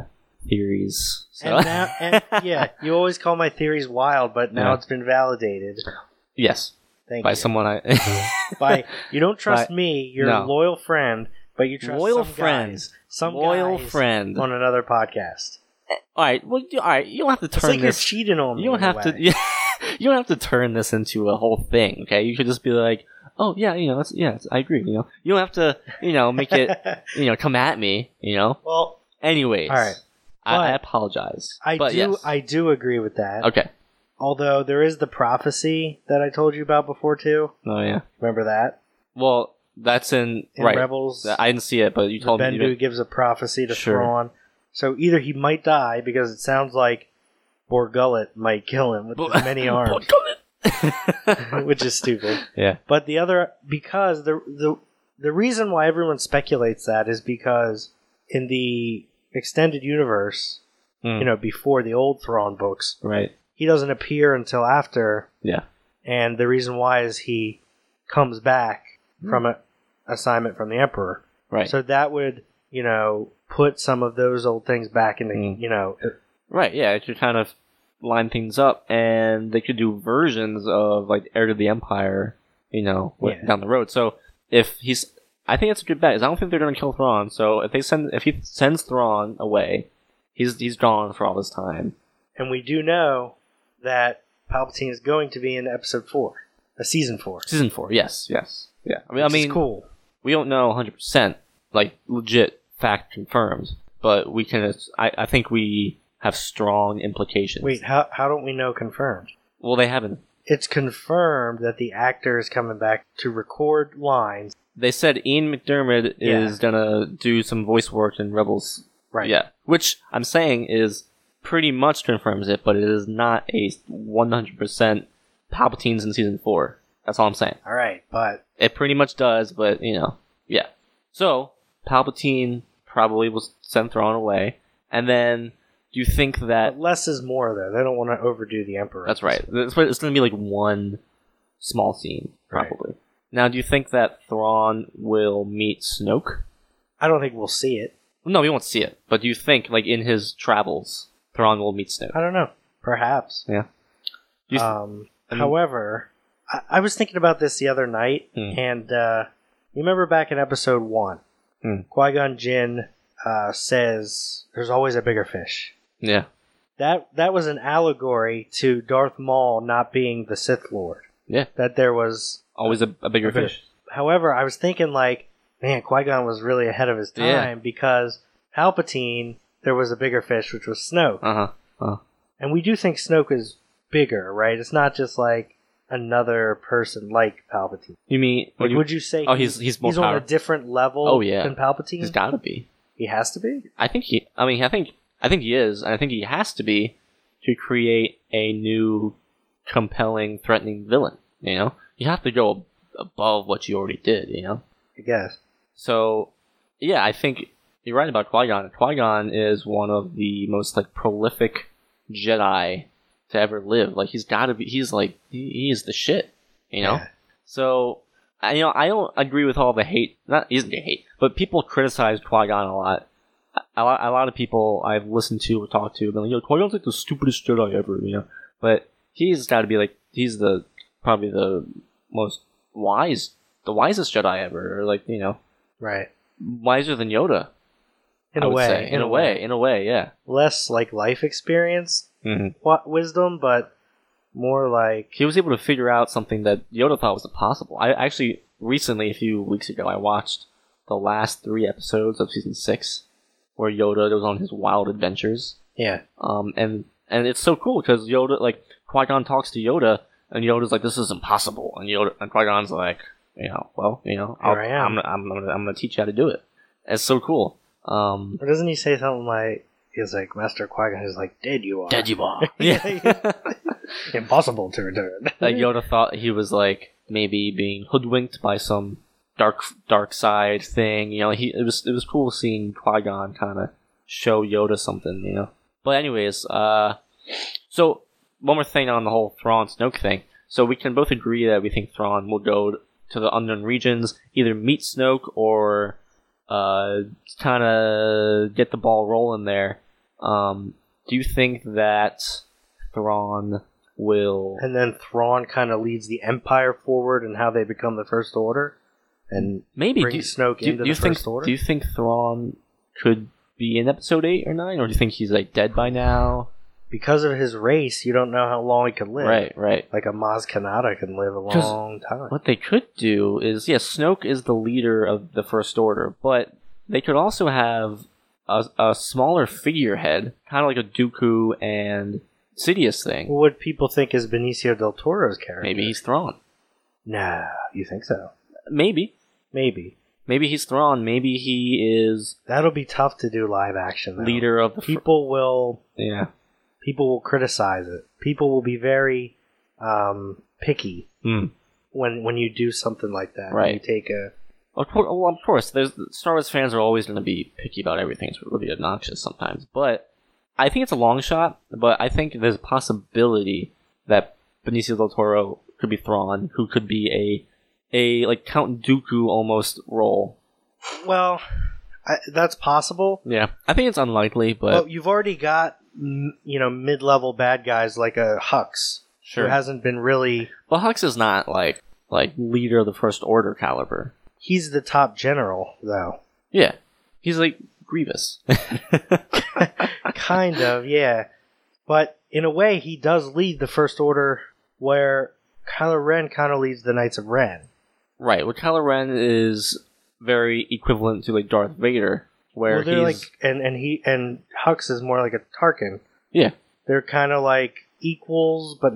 Speaker 3: theories. So.
Speaker 4: And now, and, yeah, you always call my theories wild, but now
Speaker 3: Yeah.
Speaker 4: it's been validated.
Speaker 3: [LAUGHS] yes,
Speaker 4: Thank
Speaker 3: by
Speaker 4: you.
Speaker 3: someone I.
Speaker 4: by you
Speaker 3: [LAUGHS]
Speaker 4: don't trust
Speaker 3: By-
Speaker 4: me, your
Speaker 3: No.
Speaker 4: loyal friend, but you trust
Speaker 3: Loyal
Speaker 4: some
Speaker 3: friend.
Speaker 4: guys-
Speaker 3: [LAUGHS]
Speaker 4: some
Speaker 3: Loyal
Speaker 4: guys
Speaker 3: friend.
Speaker 4: on another podcast.
Speaker 3: all right, well, you, all right. You don't have to
Speaker 4: It's
Speaker 3: turn
Speaker 4: like
Speaker 3: this.
Speaker 4: you're cheating on me.
Speaker 3: [LAUGHS] You don't
Speaker 4: in a
Speaker 3: have to.
Speaker 4: way.
Speaker 3: Yeah, [LAUGHS] you don't have to turn this into a whole thing. Okay, you could just be like, "Oh yeah, you know, that's, yeah, it's- I agree." You know, you don't have to. You know,
Speaker 4: [LAUGHS]
Speaker 3: make it. you know, come at me. You know.
Speaker 4: well,
Speaker 3: Anyways,
Speaker 4: All right.
Speaker 3: I, I
Speaker 4: But-
Speaker 3: apologize.
Speaker 4: I
Speaker 3: but
Speaker 4: do.
Speaker 3: yes.
Speaker 4: I do agree with that.
Speaker 3: Okay.
Speaker 4: Although there is the prophecy that I told you about before too.
Speaker 3: Oh yeah.
Speaker 4: Remember that
Speaker 3: Well, that's in,
Speaker 4: in
Speaker 3: right.
Speaker 4: Rebels,
Speaker 3: I didn't see it, but you told me.
Speaker 4: Bendu
Speaker 3: you did.
Speaker 4: gives a prophecy to
Speaker 3: Sure.
Speaker 4: Thrawn. So either he might die because it sounds like Borgullet might kill him [LAUGHS]
Speaker 3: [LAUGHS]
Speaker 4: with his many arms, which is stupid.
Speaker 3: yeah.
Speaker 4: But the other because the the the reason why everyone speculates that is because in the extended universe,
Speaker 3: Mm.
Speaker 4: you know, before the old Thrawn books,
Speaker 3: Right.
Speaker 4: he doesn't appear until after,
Speaker 3: Yeah.
Speaker 4: and the reason why is he comes back from a assignment from the Emperor.
Speaker 3: Right.
Speaker 4: So that would, you know, put some of those old things back into,
Speaker 3: Mm.
Speaker 4: you know,
Speaker 3: right. Yeah. It could kind of line things up, and they could do versions of like Heir to the Empire, you know, with,
Speaker 4: Yeah.
Speaker 3: down the road. So if he's, I think it's a good bet. Is I don't think they're going to kill Thrawn. So if they send, if he sends Thrawn away, he's he's gone for all this time.
Speaker 4: and we do know that Palpatine is going to be in episode four, a season four.
Speaker 3: Season four. Yes. Yes. Yeah. I
Speaker 4: which
Speaker 3: mean, I
Speaker 4: is
Speaker 3: mean,
Speaker 4: cool.
Speaker 3: we don't know 100% like legit fact confirmed but we can i, I think we have strong implications
Speaker 4: Wait, how how don't we know confirmed?
Speaker 3: well they haven't
Speaker 4: It's confirmed that the actor is coming back to record lines.
Speaker 3: they said ian mcdermott
Speaker 4: Yeah.
Speaker 3: is gonna do some voice work in rebels
Speaker 4: Right.
Speaker 3: yeah which i'm saying is pretty much confirms it but it is not a 100% palpatine's in season 4 that's all i'm saying
Speaker 4: All right, but
Speaker 3: It pretty much does, but you know, yeah. So Palpatine probably was sent thrown away, and then do you think that
Speaker 4: but less is more though. They don't want to overdo the emperor.
Speaker 3: that's right? That's what- It's going to be like one small scene
Speaker 4: Right.
Speaker 3: probably. Now, do you think that Thrawn will meet Snoke?
Speaker 4: I don't think we'll see it.
Speaker 3: No, we won't see it. But do you think, like in his travels, Thrawn will meet Snoke?
Speaker 4: I don't know. Perhaps.
Speaker 3: Yeah. Do you th-
Speaker 4: Um,
Speaker 3: I mean-
Speaker 4: however, I, I was thinking about this the other night,
Speaker 3: Hmm.
Speaker 4: and uh, you remember back in episode one,
Speaker 3: Hmm.
Speaker 4: Qui Gon Jinn uh, says, "There's always a bigger fish."
Speaker 3: yeah,
Speaker 4: That that was an allegory to Darth Maul not being the Sith Lord.
Speaker 3: Yeah.
Speaker 4: That there was.
Speaker 3: always a, a bigger
Speaker 4: Okay.
Speaker 3: fish.
Speaker 4: However, I was thinking like, man, Qui Gon was really ahead of his time
Speaker 3: Yeah.
Speaker 4: because Palpatine. There was a bigger fish, which was Snoke.
Speaker 3: Uh huh.
Speaker 4: And we do think Snoke is bigger, right? It's not just like another person like Palpatine.
Speaker 3: You mean?
Speaker 4: Like,
Speaker 3: what you-
Speaker 4: would you say
Speaker 3: oh, he's he's more
Speaker 4: he's on a
Speaker 3: powerful.
Speaker 4: different level
Speaker 3: Oh, yeah.
Speaker 4: than Palpatine?
Speaker 3: He's gotta be.
Speaker 4: he has to be?
Speaker 3: I think he. I mean, I think I think he is, and I think he has to be to create a new, compelling, threatening villain. You know, you have to go above what you already did. You know,
Speaker 4: I guess.
Speaker 3: so yeah, I think you're right about Qui Gon. Qui Gon is one of the most like prolific Jedi to ever live. Like he's got to be. He's like he he is the shit. You know.
Speaker 4: Yeah.
Speaker 3: So I you know I don't agree with all the hate. Not isn't the hate, but people criticize Qui Gon a lot. A lot, a lot of people I've listened to or talked to have been like, "Yo, Qui Gon's like the stupidest Jedi ever," you know. But he's got to be like he's the probably the most wise, the wisest Jedi ever, or like you know,
Speaker 4: Right.
Speaker 3: wiser than Yoda.
Speaker 4: In
Speaker 3: I
Speaker 4: a
Speaker 3: would
Speaker 4: way.
Speaker 3: say. in, a way, in a way, yeah.
Speaker 4: Less like life experience
Speaker 3: Mm-hmm.
Speaker 4: wa- wisdom, but more like
Speaker 3: He was able to figure out something that Yoda thought was impossible. I actually recently, a few weeks ago, I watched the last three episodes of season six, where Yoda was on his wild adventures.
Speaker 4: yeah.
Speaker 3: Um, and and it's so cool because Yoda, like Qui Gon, talks to Yoda, and Yoda's like, "This is impossible," and Yoda and Qui Gon's like, "You know, well, you know, I'll,
Speaker 4: Here I am."
Speaker 3: I'm, gonna- I'm, gonna, I'm gonna teach you how to do it." It's so cool. Um,
Speaker 4: Or doesn't he say something like he's like Master Qui Gon is like dead you are
Speaker 3: Digimon.
Speaker 4: Yeah.
Speaker 3: [LAUGHS] yeah.
Speaker 4: [LAUGHS] impossible to
Speaker 3: [LAUGHS]
Speaker 4: return.
Speaker 3: that Uh, Yoda thought he was like maybe being hoodwinked by some dark dark side thing. You know, he it was it was cool seeing Qui Gon kind of show Yoda something. You know, but anyways, uh, so one more thing on the whole Thrawn Snoke thing. So we can both agree that we think Thrawn will go to the unknown regions, either meet Snoke or uh, kind of get the ball rolling there. Um, do you think that Thrawn will?
Speaker 4: and then Thrawn kind of leads the Empire forward and how they become the First Order. And
Speaker 3: Maybe
Speaker 4: bring
Speaker 3: do,
Speaker 4: Snoke
Speaker 3: do-
Speaker 4: into
Speaker 3: do you
Speaker 4: the
Speaker 3: think,
Speaker 4: First Order?
Speaker 3: Do you think Thrawn could be in Episode Eight or Nine, or do you think he's like dead by now?
Speaker 4: because of his race, you don't know how long he can live.
Speaker 3: Right, right.
Speaker 4: Like a Maz Kanata can live a
Speaker 3: 'Cause-
Speaker 4: long time.
Speaker 3: What they could do is, yes, Snoke is the leader of the First Order, but they could also have a, a smaller figurehead, kind of like a Dooku and Sidious thing.
Speaker 4: What would people think is Benicio del Toro's character?
Speaker 3: Maybe he's Thrawn.
Speaker 4: Nah, you think so?
Speaker 3: Maybe,
Speaker 4: Maybe
Speaker 3: maybe he's Thrawn. Maybe he is
Speaker 4: that'll be tough to do live action. Though.
Speaker 3: leader of the. fir-
Speaker 4: people will
Speaker 3: yeah.
Speaker 4: people will criticize it. People will be very um, picky
Speaker 3: Mm.
Speaker 4: when when you do something like that.
Speaker 3: Right.
Speaker 4: You take a
Speaker 3: Of course, well, of course. There's Star Wars fans are always going to be picky about everything. It's really obnoxious sometimes, but I think it's a long shot. But I think there's a possibility that Benicio del Toro could be Thrawn, who could be a a like Count Dooku almost role.
Speaker 4: well, I, that's possible.
Speaker 3: Yeah, I think it's unlikely,
Speaker 4: But
Speaker 3: but
Speaker 4: you've already got m- you know mid level bad guys like a Hux
Speaker 3: sure.
Speaker 4: who hasn't been really.
Speaker 3: but Hux is not like like leader of the First Order caliber.
Speaker 4: He's the top general though.
Speaker 3: Yeah, he's like [LAUGHS] Grievous.
Speaker 4: kind of, [LAUGHS] yeah. But in a way, he does lead the First Order, where Kylo Ren kind of leads the Knights of Ren.
Speaker 3: right. Well, Kylo Ren is very equivalent to like Darth Vader, where
Speaker 4: Well, they're
Speaker 3: he's
Speaker 4: like, and and he and Hux is more like a Tarkin.
Speaker 3: yeah.
Speaker 4: They're kind of like equals, but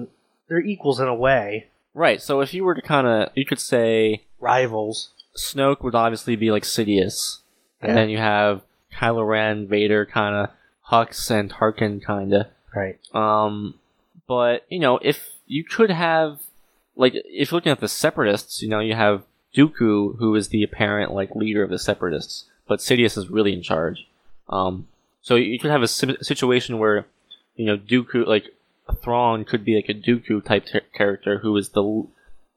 Speaker 4: they're equals in a way.
Speaker 3: Right. So if you were to kind of, you could say
Speaker 4: Rivals.
Speaker 3: Snoke would obviously be like Sidious,
Speaker 4: Yeah.
Speaker 3: and then you have Kylo Ren, Vader, kind of Hux and Tarkin, kind of.
Speaker 4: Right.
Speaker 3: Um, but you know, if you could have, like, if you're looking at the Separatists, you know, you have Dooku, who is the apparent like leader of the Separatists, but Sidious is really in charge. Um, so you could have a si- situation where, you know, Dooku like Thrawn could be like a Dooku type ter- character who is the l-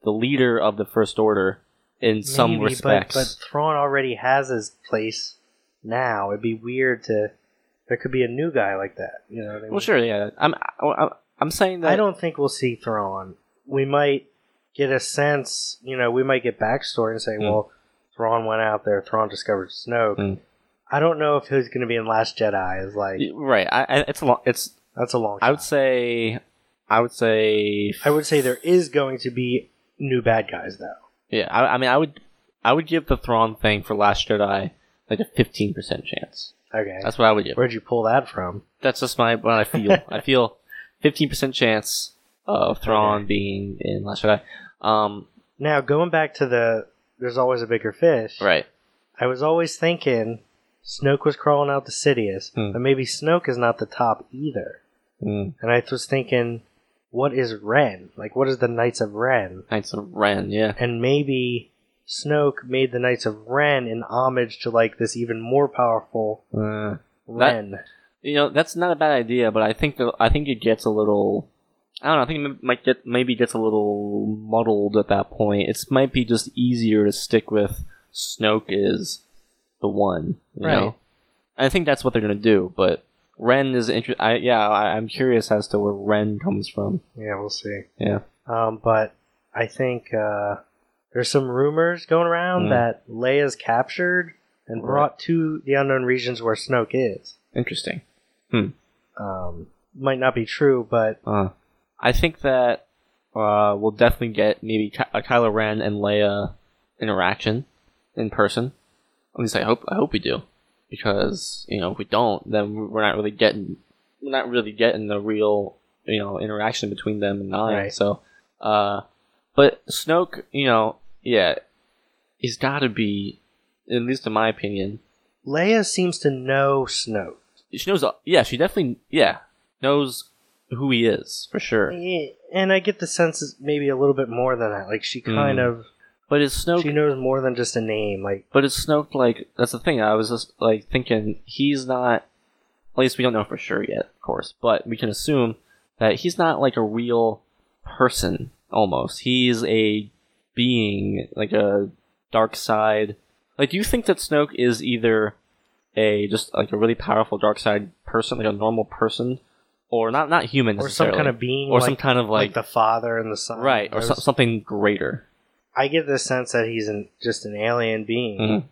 Speaker 3: the leader of the First Order in some
Speaker 4: Maybe,
Speaker 3: respects.
Speaker 4: But, but Thrawn already has his place now. It'd be weird to. There could be a new guy like that. You know what I mean?
Speaker 3: well, sure, yeah. I'm I, I'm- I'm saying that
Speaker 4: I don't think we'll see Thrawn. We might get a sense, you know, we might get backstory and say,
Speaker 3: Hmm.
Speaker 4: well, Thrawn went out there, Thrawn discovered Snoke.
Speaker 3: Hmm.
Speaker 4: I don't know if he's going to be in Last Jedi. Is like
Speaker 3: right. I, I, it's a lo- it's
Speaker 4: that's a long.
Speaker 3: I
Speaker 4: Shot.
Speaker 3: would say, I would say,
Speaker 4: I would say there is going to be new bad guys though.
Speaker 3: yeah. I, I mean, I would, I would give the Thrawn thing for Last Jedi like a fifteen percent chance.
Speaker 4: Okay,
Speaker 3: That's what I would give.
Speaker 4: where'd you pull that from?
Speaker 3: That's just my what I feel. I feel fifteen percent chance of Thrawn being in Last Jedi. Um,
Speaker 4: Now going back to the there's always a bigger fish.
Speaker 3: right.
Speaker 4: I was always thinking Snoke was crawling out to Sidious,
Speaker 3: Hmm.
Speaker 4: but maybe Snoke is not the top either.
Speaker 3: Mm.
Speaker 4: And I was thinking, what is Ren? Like, what is the Knights of Ren?
Speaker 3: Knights of Ren, yeah.
Speaker 4: And maybe Snoke made the Knights of Ren in homage to like this even more powerful
Speaker 3: Uh,
Speaker 4: Ren.
Speaker 3: you know that's not a bad idea, but I think that I think it gets a little. I don't know. I think it might get maybe gets a little muddled at that point. It might be just easier to stick with Snoke is the one, you
Speaker 4: Right.
Speaker 3: know. I think that's what they're gonna do, but Ren is inter- I Yeah, I, I'm curious as to where Ren comes from.
Speaker 4: Yeah, we'll see.
Speaker 3: Yeah.
Speaker 4: Um, but I think uh, there's some rumors going around
Speaker 3: Hmm.
Speaker 4: that Leia's captured and
Speaker 3: Right.
Speaker 4: brought to the unknown regions where Snoke is.
Speaker 3: Interesting.
Speaker 4: Um, might not be true, but
Speaker 3: Uh, I think that uh, we'll definitely get maybe Ky- a Kylo Ren and Leia interaction in person. At least I hope. I hope we do, because you know if we don't, then we're not really getting we're not really getting the real you know interaction between them and Nine.
Speaker 4: Right.
Speaker 3: So, uh, but Snoke, you know, yeah, he's got to be at least in my opinion.
Speaker 4: Leia seems to know Snoke.
Speaker 3: She knows. Yeah, she definitely. Yeah, knows who he is for sure.
Speaker 4: Yeah, And I get the sense it's maybe a little bit more than that. Like she kind
Speaker 3: Hmm.
Speaker 4: of
Speaker 3: But is Snoke?
Speaker 4: she knows more than just a name. Like
Speaker 3: But it's Snoke, like, that's the thing. I was just, like, thinking he's not. At least we don't know for sure yet, of course, but we can assume that he's not, like, a real person, almost. He's a being, like, a dark side. Like, do you think that Snoke is either a just, like, a really powerful dark side person, like a normal person, or not, not human
Speaker 4: or some
Speaker 3: necessarily,
Speaker 4: kind of being
Speaker 3: or
Speaker 4: like,
Speaker 3: some kind of,
Speaker 4: like,
Speaker 3: like,
Speaker 4: the father and the son.
Speaker 3: right, or
Speaker 4: I
Speaker 3: so,
Speaker 4: was-
Speaker 3: something greater?
Speaker 4: I get the sense that he's an, just an alien being,
Speaker 3: Mhm.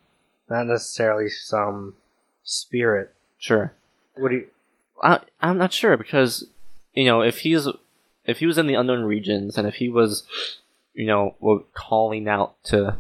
Speaker 4: not necessarily some spirit.
Speaker 3: Sure.
Speaker 4: What do you
Speaker 3: I, I'm not sure because you know if he's if he was in the unknown regions and if he was you know wa- calling out to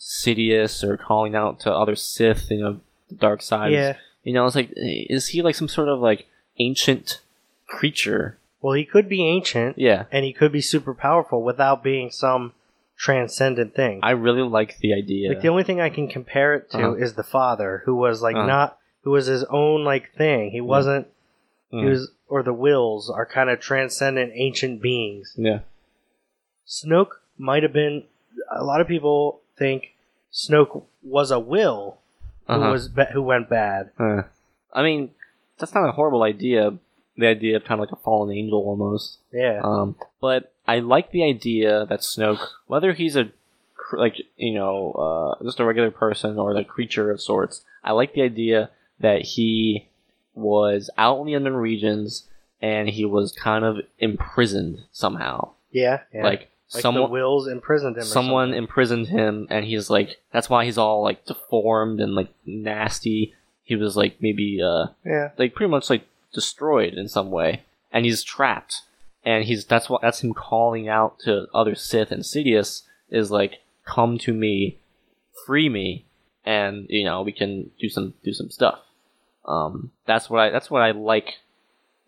Speaker 3: Sidious or calling out to other Sith, you know, the dark side.
Speaker 4: Yeah.
Speaker 3: You know, it's like is he like some sort of like ancient creature?
Speaker 4: Well, he could be ancient,
Speaker 3: Yeah.
Speaker 4: and he could be super powerful without being some transcendent thing.
Speaker 3: I really like the idea.
Speaker 4: Like the only thing I can compare it to
Speaker 3: Uh-huh.
Speaker 4: is the father, who was like
Speaker 3: Uh-huh.
Speaker 4: not, who was his own like thing. He wasn't. He
Speaker 3: Mm.
Speaker 4: was, or the wills are kind of transcendent ancient beings.
Speaker 3: yeah.
Speaker 4: Snoke might have been. A lot of people think Snoke was a will who
Speaker 3: Uh-huh.
Speaker 4: was ba- who went bad.
Speaker 3: Uh, I mean, that's not a horrible idea. The idea of kind of like a fallen angel almost.
Speaker 4: Yeah,
Speaker 3: Um, but I like the idea that Snoke, whether he's a cr- like you know uh, just a regular person or the creature of sorts, I like the idea that he was out in the unknown regions and he was kind of imprisoned somehow.
Speaker 4: yeah, yeah.
Speaker 3: Like,
Speaker 4: the
Speaker 3: someone,
Speaker 4: wills imprisoned him. or
Speaker 3: someone
Speaker 4: something.
Speaker 3: imprisoned him, and he's like that's why he's all like deformed and like nasty. He was like maybe uh
Speaker 4: yeah,
Speaker 3: like pretty much like destroyed in some way, and he's trapped, and he's that's what that's him calling out to other Sith and Sidious is like, "Come to me, free me, and you know we can do some do some stuff." Um, that's what I that's what I like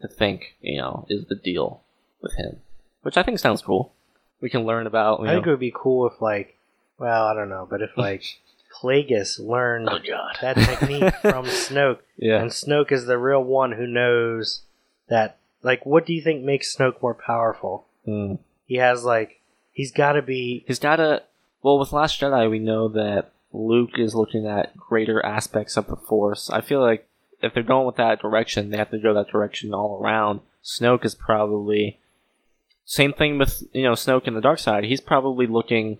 Speaker 3: to think you know is the deal with him, which I think sounds cool. We can learn about. You
Speaker 4: I think it
Speaker 3: know,
Speaker 4: would be cool if like, well, I don't know, but if like
Speaker 3: [LAUGHS]
Speaker 4: Plagueis learned
Speaker 3: oh god,
Speaker 4: that technique
Speaker 3: [LAUGHS]
Speaker 4: from Snoke,
Speaker 3: yeah,
Speaker 4: and Snoke is the real one who knows that. Like, what do you think makes Snoke more powerful?
Speaker 3: Mm.
Speaker 4: He has like, he's got to be
Speaker 3: he's got a well with last jedi we know that luke is looking at greater aspects of the force i feel like if they're going with that direction they have to go that direction all around snoke is probably same thing with you know snoke and the dark side he's probably looking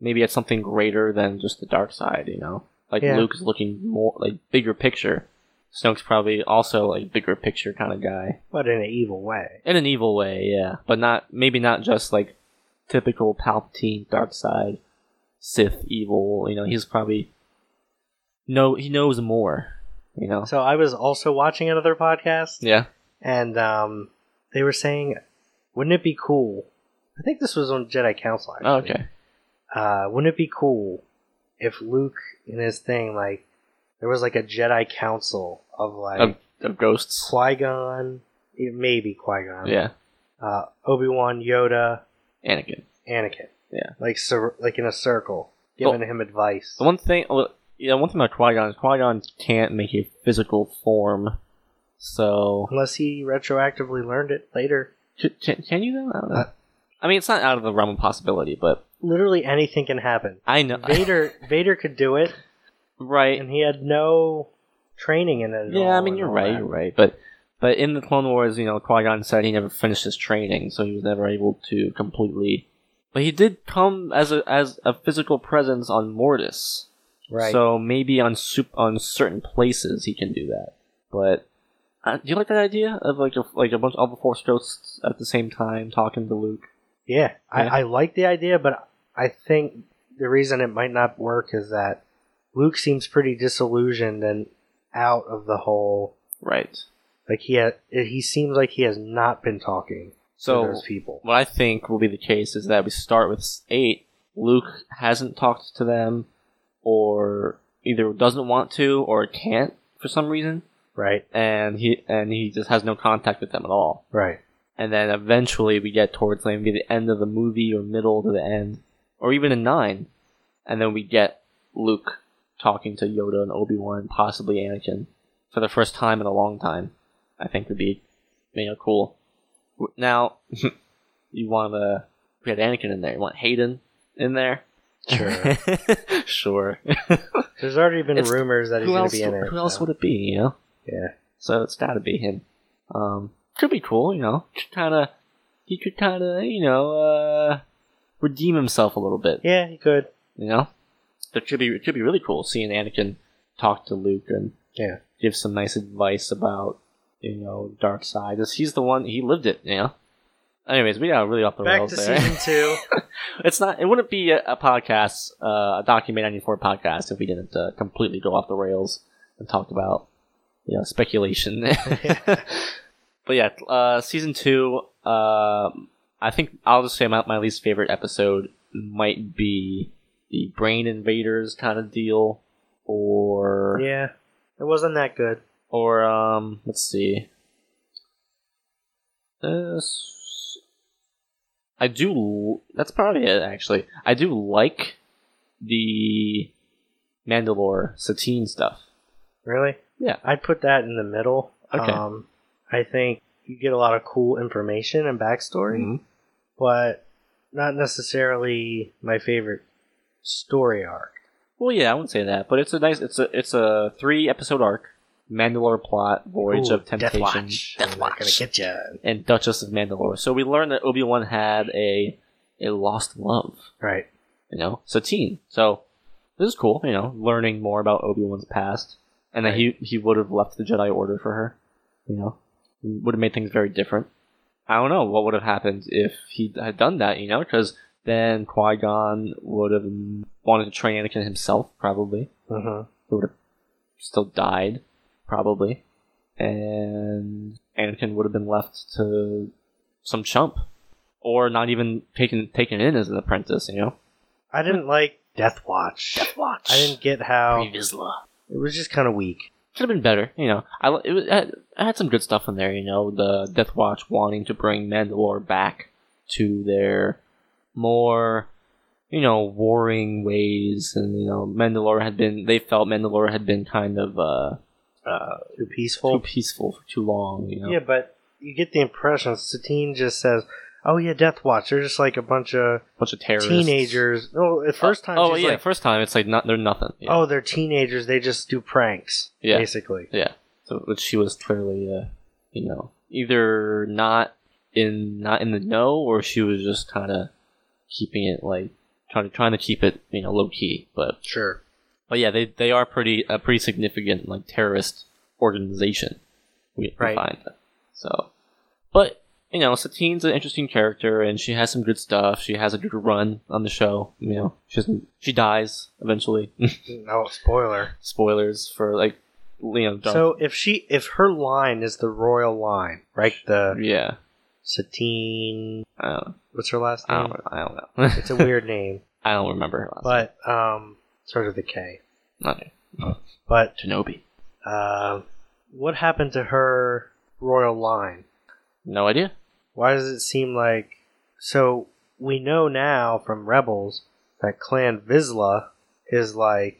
Speaker 3: maybe at something greater than just the dark side you know like
Speaker 4: Yeah.
Speaker 3: luke is looking more like bigger picture snoke's probably also like bigger picture kind of guy
Speaker 4: but in an evil way.
Speaker 3: in an evil way, yeah, but not maybe not just like typical Palpatine dark side Sith evil. You know, he's probably no, he knows more. You know,
Speaker 4: So I was also watching another podcast,
Speaker 3: yeah,
Speaker 4: and um, they were saying, wouldn't it be cool? I think this was on Jedi Council. Actually.
Speaker 3: oh, okay,
Speaker 4: Uh, wouldn't it be cool if Luke in his thing like
Speaker 3: Um,
Speaker 4: there was like a Jedi Council of like
Speaker 3: of, of ghosts,
Speaker 4: Qui Gon, It may be Qui Gon.
Speaker 3: Yeah,
Speaker 4: Uh, Obi Wan, Yoda,
Speaker 3: Anakin.
Speaker 4: Anakin.
Speaker 3: Yeah.
Speaker 4: Like cir- like in a circle, giving him advice.
Speaker 3: The one thing, well, yeah, one thing about Qui Gon is Qui Gon can't make a physical form. So
Speaker 4: Unless he retroactively learned it later.
Speaker 3: C- Can, can you though? I don't know. I mean, it's not out of the realm of possibility, but
Speaker 4: Literally anything can
Speaker 3: [LAUGHS]
Speaker 4: happen.
Speaker 3: I know.
Speaker 4: Vader Vader could do it,
Speaker 3: right?
Speaker 4: and he had no training in it. At all
Speaker 3: Yeah, I mean,
Speaker 4: and
Speaker 3: you're
Speaker 4: all
Speaker 3: right.
Speaker 4: that.
Speaker 3: You're right. But but in the Clone Wars, you know, Qui Gon said he never finished his training, so he was never able to completely. But he did come as a as a physical presence on Mortis.
Speaker 4: Right.
Speaker 3: So maybe on sup- on certain places he can do that. But uh, do you like that idea of like a, like a bunch of all the Force ghosts at the same time talking to Luke?
Speaker 4: yeah,
Speaker 3: Yeah.
Speaker 4: I, I like the idea, but I think the reason it might not work is that Luke seems pretty disillusioned and out of the whole.
Speaker 3: Right.
Speaker 4: Like he ha- he seems like he has not been talking
Speaker 3: So
Speaker 4: to those people.
Speaker 3: what I think will be the case is that we start with eight. Luke hasn't talked to them, or either doesn't want to or can't for some reason,
Speaker 4: Right.
Speaker 3: and he and he just has no contact with them at all. [LAUGHS]
Speaker 4: Right.
Speaker 3: And then eventually we get towards like maybe the end of the movie or middle to the end, or even in nine, and then we get Luke talking to Yoda and Obi Wan, possibly Anakin, for the first time in a long time. I think would be you know cool. W- Now [LAUGHS] you want to we had Anakin in there. You want Hayden in there?
Speaker 4: Sure.
Speaker 3: [LAUGHS] sure.
Speaker 4: There's already been
Speaker 3: It's-
Speaker 4: rumors that he's
Speaker 3: who
Speaker 4: going
Speaker 3: else?
Speaker 4: to be in it.
Speaker 3: who else
Speaker 4: so,
Speaker 3: would it be? You know.
Speaker 4: Yeah.
Speaker 3: So it's got to be him. Um, could be cool, you know. Kind of, he could kind of, you know, uh, redeem himself a little bit.
Speaker 4: Yeah, he could.
Speaker 3: You know, it could be it could be really cool seeing Anakin talk to Luke and
Speaker 4: Yeah.
Speaker 3: give some nice advice about you know dark side. 'Cause He's the one he lived it. You know. Anyways, we got really off the
Speaker 4: Back
Speaker 3: rails
Speaker 4: to
Speaker 3: there.
Speaker 4: season two.
Speaker 3: [LAUGHS] it's not. It wouldn't be a, a podcast, uh, a document ninety four podcast, if we didn't uh, completely go off the rails and talk about you know speculation. [LAUGHS] but yeah, uh, season two. Um, I think I'll just say my, my least favorite episode might be the Brain Invaders kind of deal, or
Speaker 4: yeah. It wasn't that good.
Speaker 3: or um, let's see. This I do. l- That's probably it. Actually, I do like the Mandalore Satine stuff.
Speaker 4: Really?
Speaker 3: Yeah.
Speaker 4: I'd put that in the middle.
Speaker 3: Okay.
Speaker 4: Um, I think you get a lot of cool information and backstory,
Speaker 3: Mm-hmm.
Speaker 4: but not necessarily my favorite story arc.
Speaker 3: Well, yeah, I wouldn't say that, but it's a nice. It's a it's a three episode arc. Mandalore plot, Voyage
Speaker 4: Ooh,
Speaker 3: of Temptation,
Speaker 4: Death Watch. Death Watch. gonna get ya.
Speaker 3: and Duchess of Mandalore. So we learned that Obi Wan had a a lost love.
Speaker 4: Right.
Speaker 3: you know, Satine. So this is cool, you know, learning more about Obi Wan's past, and that he he would have left the Jedi Order for her, you know, would have made things very different. I don't know what would have happened if he had done that, you know, because then Qui Gon would have wanted to train Anakin himself, probably.
Speaker 4: hmm
Speaker 3: He would have still died, probably, and Anakin would have been left to some chump, or not even taken taken in as an apprentice, you know.
Speaker 4: I didn't like Death Watch.
Speaker 3: Watch.
Speaker 4: I didn't get how
Speaker 3: Previsla.
Speaker 4: it was just kind of weak.
Speaker 3: Could have been better, you know. I li- it was, I, I had some good stuff in there, you know. The Death Watch wanting to bring Mandalore back to their more, you know, warring ways, and you know, Mandalore had been. They felt Mandalore had been kind of uh,
Speaker 4: Too
Speaker 3: too
Speaker 4: peaceful.
Speaker 3: peaceful for too long, you know.
Speaker 4: Yeah, but you get the impression Satine just says, "Oh yeah, Death Watch." They're just like a bunch of
Speaker 3: bunch of terrorists,
Speaker 4: teenagers. No, at first time,
Speaker 3: Oh
Speaker 4: she's
Speaker 3: yeah,
Speaker 4: like,
Speaker 3: first time it's like not they're nothing. Yeah.
Speaker 4: "Oh, they're teenagers. They just do pranks."
Speaker 3: Yeah.
Speaker 4: basically.
Speaker 3: Yeah. So which she was clearly, uh, you know, either not in not in the know, or she was just kind of keeping it like trying to trying to keep it, you know, low key. But
Speaker 4: Sure.
Speaker 3: but yeah, they they are pretty a pretty significant like terrorist organization. We, we
Speaker 4: Right.
Speaker 3: find them. So, but you know, Satine's an interesting character, and she has some good stuff. She has a good run on the show. You know, she doesn't- she dies eventually. [LAUGHS]
Speaker 4: Oh, spoiler.
Speaker 3: Spoilers for like, you know, Darth-
Speaker 4: So if she, if her line is the royal line, right? The
Speaker 3: yeah.
Speaker 4: Satine.
Speaker 3: I don't know.
Speaker 4: What's her last
Speaker 3: I
Speaker 4: name?
Speaker 3: don't, I don't [LAUGHS] know.
Speaker 4: It's a weird name, [LAUGHS]
Speaker 3: I don't remember her last
Speaker 4: but um, sort of the K.
Speaker 3: name. Okay.
Speaker 4: But uh,
Speaker 3: Kenobi.
Speaker 4: um, what happened to her royal line?
Speaker 3: No idea.
Speaker 4: Why does it seem like so we know now from Rebels that Clan Vizsla is like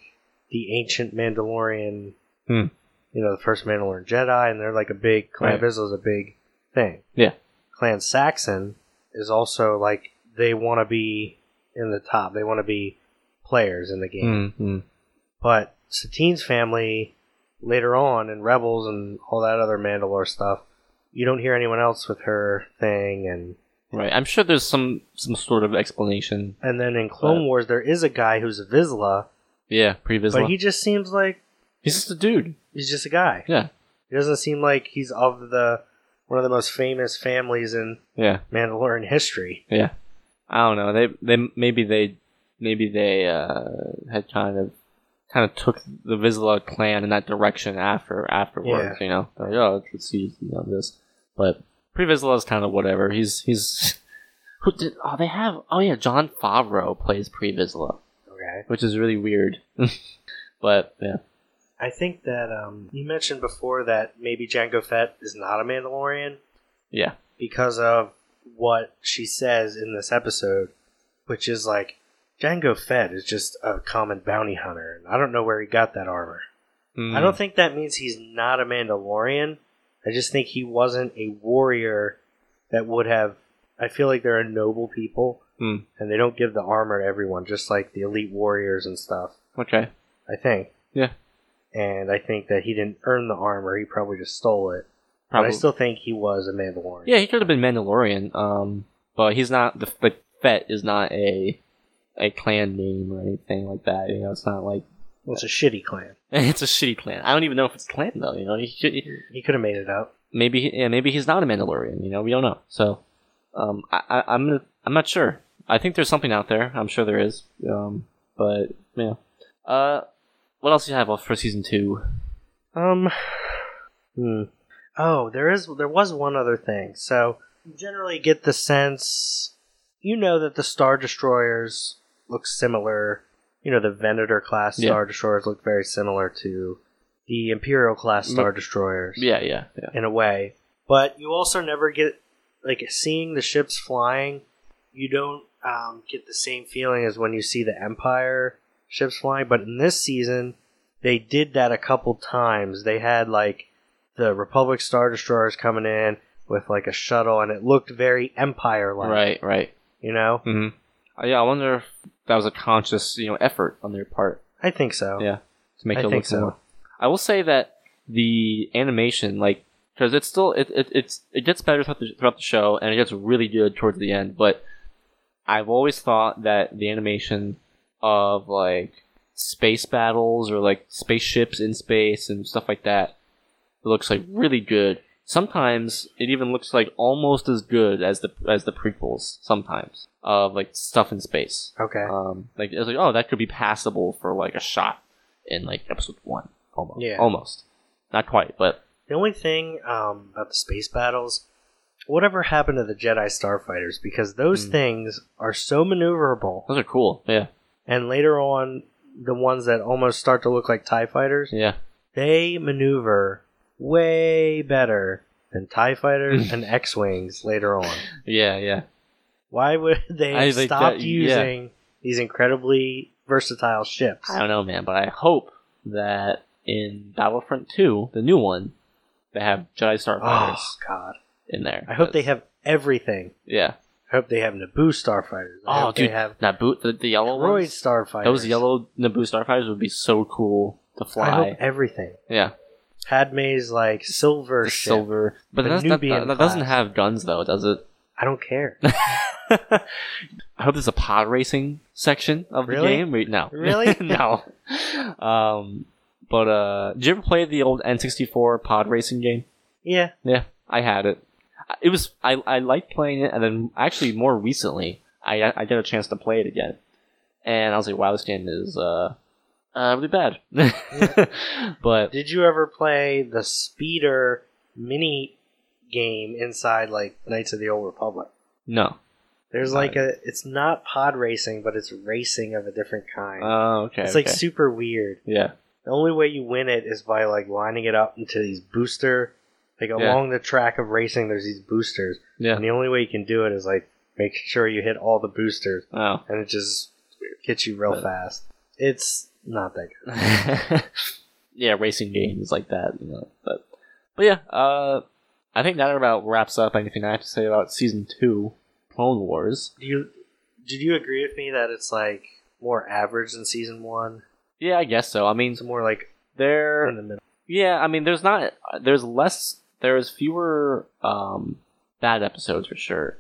Speaker 4: the ancient Mandalorian
Speaker 3: Hmm.
Speaker 4: you know, the first Mandalorian Jedi and they're like a big Clan
Speaker 3: Right.
Speaker 4: Vizsla is a big thing.
Speaker 3: Yeah.
Speaker 4: Clan Saxon is also like they wanna be in the top. They wanna be players in the game.
Speaker 3: Mm-hmm.
Speaker 4: But Satine's family later on in Rebels and all that other Mandalore stuff, you don't hear anyone else with her thing and
Speaker 3: Right. I'm sure there's some some sort of explanation.
Speaker 4: and then in Clone
Speaker 3: But-
Speaker 4: Wars there is a guy who's a Vizsla,
Speaker 3: Yeah, previous
Speaker 4: but he just seems like
Speaker 3: He's just a dude.
Speaker 4: he's just a guy.
Speaker 3: Yeah.
Speaker 4: He doesn't seem like he's of the one of the most famous families in
Speaker 3: Yeah.
Speaker 4: Mandalorian history.
Speaker 3: Yeah. I don't know. They they maybe they maybe they uh, had kind of kind of took the Vizsla clan in that direction after afterwards. You know, They're like oh let's- let's see you know, this, but pre Vizsla is kind of whatever. He's he's who did oh they have oh yeah John Favreau plays pre Vizsla,
Speaker 4: Okay.
Speaker 3: which is really weird, [LAUGHS] but yeah.
Speaker 4: I think that um, you mentioned before that maybe Jango Fett is not a Mandalorian
Speaker 3: Yeah,
Speaker 4: because of what she says in this episode, which is like Jango Fett is just a common bounty hunter, and I don't know where he got that armor. I don't think that means he's not a Mandalorian. I just think he wasn't a warrior that would have. I feel like they're a noble people,
Speaker 3: Hmm.
Speaker 4: and they don't give the armor to everyone, just like the elite warriors and stuff.
Speaker 3: Mm, Okay.
Speaker 4: I think.
Speaker 3: Yeah.
Speaker 4: And I think that he didn't earn the armor; he probably just stole it. But
Speaker 3: Probably.
Speaker 4: I still think he was a Mandalorian.
Speaker 3: Yeah, he could have been Mandalorian. Um, but he's not the like Fett is not a a clan name or anything like that. You know, it's not like [LAUGHS]
Speaker 4: Well, it's a shitty clan.
Speaker 3: it's a shitty clan. I don't even know if it's a clan though. You know, he should,
Speaker 4: He could have made it up.
Speaker 3: maybe he- yeah, maybe he's not a Mandalorian. You know, we don't know. So, um, I, I I'm gonna- I'm not sure. I think there's something out there. I'm sure there is. Um, but yeah. Uh, what else do you have for season two?
Speaker 4: Um. Hmm. Oh, there is. There was one other thing. So you generally get the sense, you know, that the star destroyers look similar. You know, the Venator class
Speaker 3: Yeah.
Speaker 4: star destroyers look very similar to the Imperial class
Speaker 3: Mm.
Speaker 4: star destroyers
Speaker 3: Yeah, yeah, yeah.
Speaker 4: in a way. But you also never get like seeing the ships flying. You don't um, get the same feeling as when you see the Empire ships flying. But in this season, they did that a couple times. They had like the Republic star destroyers coming in with like a shuttle, and it looked very Empire-like.
Speaker 3: Right, right.
Speaker 4: You know,
Speaker 3: hmm yeah, I wonder if that was a conscious, you know, effort on their part
Speaker 4: I think so.
Speaker 3: Yeah. to make
Speaker 4: I
Speaker 3: it
Speaker 4: think
Speaker 3: look
Speaker 4: so.
Speaker 3: more. I will say that the animation, like, because it's still it, it it's it gets better throughout the, throughout the show, and it gets really good towards the end. But I've always thought that the animation of like space battles or like spaceships in space and stuff like that looks like really good. Sometimes it even looks like almost as good as the as the prequels. Sometimes of like stuff in space.
Speaker 4: Okay.
Speaker 3: Um, like it's like, oh, that could be passable for like a shot in like episode one, almost.
Speaker 4: Yeah.
Speaker 3: almost. Not quite, but
Speaker 4: The only thing um, about the space battles, whatever happened to the Jedi starfighters? Because those
Speaker 3: Hmm.
Speaker 4: things are so maneuverable.
Speaker 3: those are cool. Yeah,
Speaker 4: and later on the ones that almost start to look like tie fighters
Speaker 3: yeah,
Speaker 4: they maneuver way better than tie
Speaker 3: [LAUGHS]
Speaker 4: fighters and x-wings later on
Speaker 3: yeah, yeah.
Speaker 4: why would [LAUGHS] they
Speaker 3: I
Speaker 4: have
Speaker 3: think
Speaker 4: stopped
Speaker 3: that- yeah.
Speaker 4: using these incredibly versatile ships
Speaker 3: I don't know, man, but I hope that in Battlefront Two, the new one, they have Jedi starfighters
Speaker 4: oh god
Speaker 3: in there.
Speaker 4: i hope they have everything
Speaker 3: Yeah.
Speaker 4: i hope they have naboo starfighters i
Speaker 3: Oh,
Speaker 4: hope
Speaker 3: dude,
Speaker 4: they have
Speaker 3: Naboo, the, the yellow
Speaker 4: droid
Speaker 3: ones.
Speaker 4: starfighters
Speaker 3: Those yellow Naboo starfighters would be so cool to
Speaker 4: i
Speaker 3: fly.
Speaker 4: hope everything
Speaker 3: yeah,
Speaker 4: padme's like silver
Speaker 3: the
Speaker 4: ship.
Speaker 3: silver, but
Speaker 4: The
Speaker 3: that's not,
Speaker 4: Nubian
Speaker 3: that, that doesn't
Speaker 4: class.
Speaker 3: have guns though, does it?
Speaker 4: i don't
Speaker 3: [LAUGHS]
Speaker 4: care
Speaker 3: I hope there's a pod racing section of
Speaker 4: Really?
Speaker 3: the game. Wait, no, [LAUGHS]
Speaker 4: Really?
Speaker 3: no. Um, but uh, did you ever play the old N64 pod racing game?
Speaker 4: yeah
Speaker 3: Yeah, I had it. I- It was I I liked playing it, and then actually more recently, I I got a chance to play it again, and I was like, wow, this game is uh, uh really bad. [LAUGHS] but
Speaker 4: Did you ever play the speeder mini game inside like Knights of the Old Republic?
Speaker 3: no.
Speaker 4: There's
Speaker 3: No.
Speaker 4: like a it's not pod racing, but it's racing of a different kind.
Speaker 3: Oh, okay.
Speaker 4: it's like
Speaker 3: okay.
Speaker 4: super weird.
Speaker 3: yeah.
Speaker 4: The only way you win it is by like lining it up into these booster Like
Speaker 3: Yeah.
Speaker 4: along the track of racing, there's these boosters,
Speaker 3: Yeah.
Speaker 4: and the only way you can do it is like make sure you hit all the boosters,
Speaker 3: Oh.
Speaker 4: and it just gets you real fast. It's not that good.
Speaker 3: yeah, racing games like that, you know. But but yeah, uh I think that about wraps up anything I have to say about season two, Clone Wars.
Speaker 4: Do you? Did you agree with me that it's like more average than season one?
Speaker 3: Yeah, I guess so. I mean
Speaker 4: It's more like
Speaker 3: there
Speaker 4: in the middle.
Speaker 3: Yeah, I mean, there's not, there's less, there's fewer um, bad episodes for sure.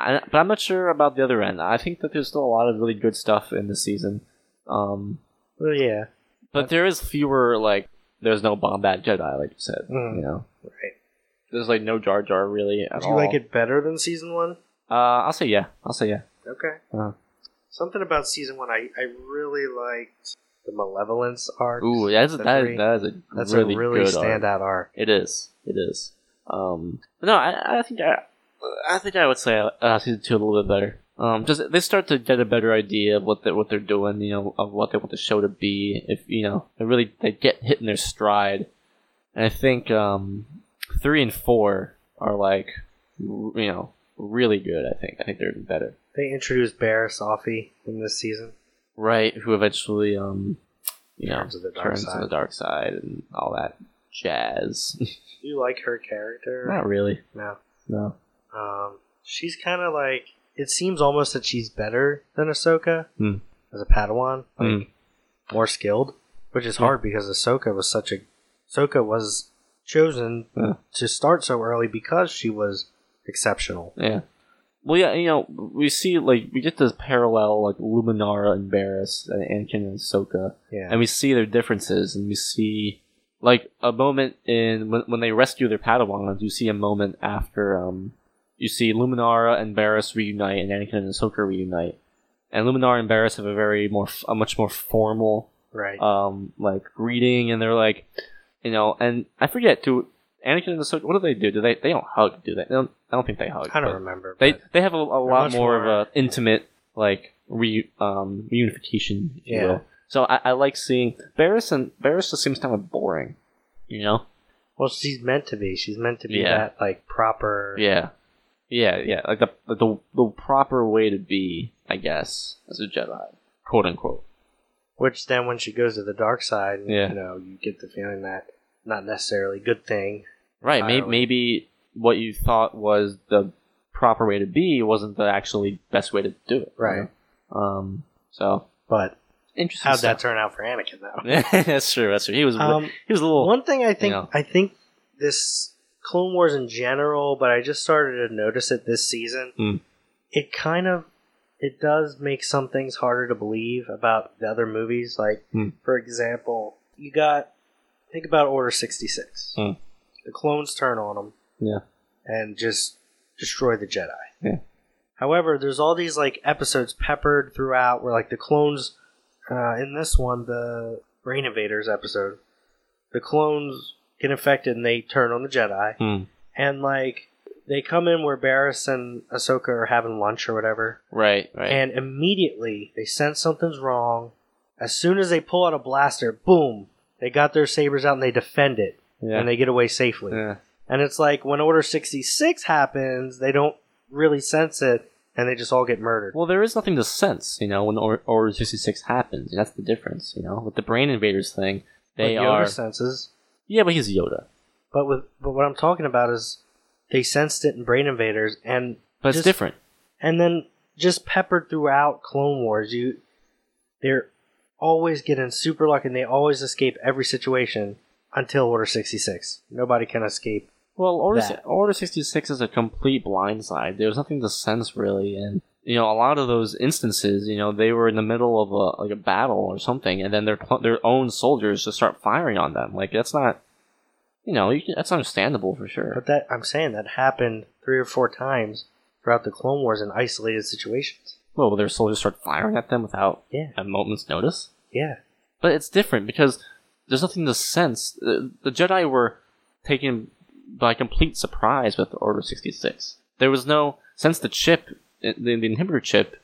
Speaker 3: I, but I'm not sure about the other end. I think that there's still a lot of really good stuff in this season. Um,
Speaker 4: Well, yeah,
Speaker 3: but there is fewer, like, there's no Bombad Jedi, like you said.
Speaker 4: Mhm.
Speaker 3: You know,
Speaker 4: right.
Speaker 3: there's like no Jar Jar really at
Speaker 4: Do you
Speaker 3: all.
Speaker 4: like it better than season one?
Speaker 3: Uh, I'll say yeah. I'll say yeah.
Speaker 4: Okay.
Speaker 3: Uh-huh.
Speaker 4: Something about season one, I, I really liked the malevolence arc.
Speaker 3: Ooh, that's
Speaker 4: The
Speaker 3: that,
Speaker 4: three.
Speaker 3: that is a
Speaker 4: that's
Speaker 3: really,
Speaker 4: a really
Speaker 3: good arc.
Speaker 4: standout arc.
Speaker 3: It is. It is. Um, but no, I, I think I, I think I would say uh, season two a little bit better. Um, just they start to get a better idea of what they, what they're doing, you know, of what they want the show to be. If you know, they really they get hit in their stride, and I think um, three and four are like, you know, really good. I think I think they're better,
Speaker 4: They introduced Barris Offee in this season.
Speaker 3: right? Who eventually, um, you know,
Speaker 4: Turns to the dark
Speaker 3: turns to
Speaker 4: side.
Speaker 3: the dark side and all that jazz. [LAUGHS]
Speaker 4: Do you like her character?
Speaker 3: Not really,
Speaker 4: No.
Speaker 3: no.
Speaker 4: Um, she's kind of like. It seems almost that she's better than Ahsoka
Speaker 3: Hmm.
Speaker 4: as a Padawan, like
Speaker 3: Hmm.
Speaker 4: more skilled, which is hard because Ahsoka was such a. Ahsoka was chosen
Speaker 3: Yeah.
Speaker 4: to start so early because she was exceptional.
Speaker 3: Yeah. Well, yeah, you know, we see like we get this parallel like Luminara and Barris and Anakin and Ahsoka,
Speaker 4: Yeah.
Speaker 3: and we see their differences, and we see like a moment in when, when they rescue their Padawans. You see a moment after um, you see Luminara and Barris reunite, and Anakin and Ahsoka reunite, and Luminara and Barris have a very more f- a much more formal
Speaker 4: right.
Speaker 3: um like greeting, and they're like, you know, and I forget to Anakin and Ahsoka. What do they do? Do they they don't hug? Do they? they don't, I don't think they hug.
Speaker 4: I don't
Speaker 3: but-
Speaker 4: remember.
Speaker 3: they
Speaker 4: but-
Speaker 3: they have a, a lot
Speaker 4: much
Speaker 3: more,
Speaker 4: more-
Speaker 3: of a intimate like re um reunification, if you
Speaker 4: Yeah.
Speaker 3: will. So I, I like seeing Barris and Barris just seems kind of boring, you know?
Speaker 4: well, she's meant to be. She's meant to be
Speaker 3: Yeah.
Speaker 4: that like proper.
Speaker 3: Yeah, yeah, yeah. Like the the the proper way to be, I guess, as a Jedi, quote unquote.
Speaker 4: Which then, when she goes to the dark side,
Speaker 3: Yeah.
Speaker 4: you know, you get the feeling that not necessarily a good thing.
Speaker 3: Right? Maybe
Speaker 4: Entirely.
Speaker 3: maybe what you thought was the proper way to be wasn't the actually best way to do it, you
Speaker 4: Right.
Speaker 3: know? Um. So
Speaker 4: But
Speaker 3: interesting.
Speaker 4: how'd that
Speaker 3: stuff. [LAUGHS]
Speaker 4: turn out for Anakin, though?
Speaker 3: that's true. That's true. He was a-
Speaker 4: Um,
Speaker 3: he was a little
Speaker 4: One thing I think
Speaker 3: know.
Speaker 4: I think this Clone Wars in general, but I just started to notice it this season.
Speaker 3: Hmm.
Speaker 4: It kind of it does make some things harder to believe about the other movies. Like
Speaker 3: Hmm.
Speaker 4: for example, you got think about Order sixty six.
Speaker 3: Hmm.
Speaker 4: The clones turn on them.
Speaker 3: Yeah.
Speaker 4: and just destroy the Jedi.
Speaker 3: Yeah.
Speaker 4: However, there's all these like episodes peppered throughout where like the clones uh, in this one, the Rain Invaders episode, the clones get infected and they turn on the Jedi.
Speaker 3: Hmm.
Speaker 4: And like they come in where Barris and Ahsoka are having lunch or whatever,
Speaker 3: right. Right.
Speaker 4: and immediately they sense something's wrong. As soon as they pull out a blaster, boom, they got their sabers out and they defend it,
Speaker 3: yeah.
Speaker 4: and they get away safely.
Speaker 3: yeah.
Speaker 4: And it's like when Order 66 happens, they don't really sense it and they just all get murdered.
Speaker 3: Well, there is nothing to sense, you know, when or- Order 66 happens. And that's the difference, you know. With the Brain Invaders thing, they
Speaker 4: But Yoda
Speaker 3: are.
Speaker 4: senses.
Speaker 3: Yeah, but he's Yoda.
Speaker 4: But with but what I'm talking about is they sensed it in Brain Invaders and
Speaker 3: But it's
Speaker 4: Just-
Speaker 3: different.
Speaker 4: and then just peppered throughout Clone Wars, you they're always getting super lucky and they always escape every situation until Order 66. Nobody can escape.
Speaker 3: Well, Order,
Speaker 4: that.
Speaker 3: Order 66 is a complete blindside. There was nothing to sense, really. And, you know, a lot of those instances, you know, they were in the middle of a, like a battle or something, and then their, cl- their own soldiers just start firing on them. Like, that's not. You know, you can, that's understandable for sure.
Speaker 4: But that I'm saying that happened three or four times throughout the Clone Wars in isolated situations.
Speaker 3: Well, their soldiers start firing at them without
Speaker 4: Yeah.
Speaker 3: a moment's notice.
Speaker 4: Yeah.
Speaker 3: But it's different because there's nothing to sense. The, the Jedi were taken by complete surprise with Order 66. There was no since the chip, the, the inhibitor chip,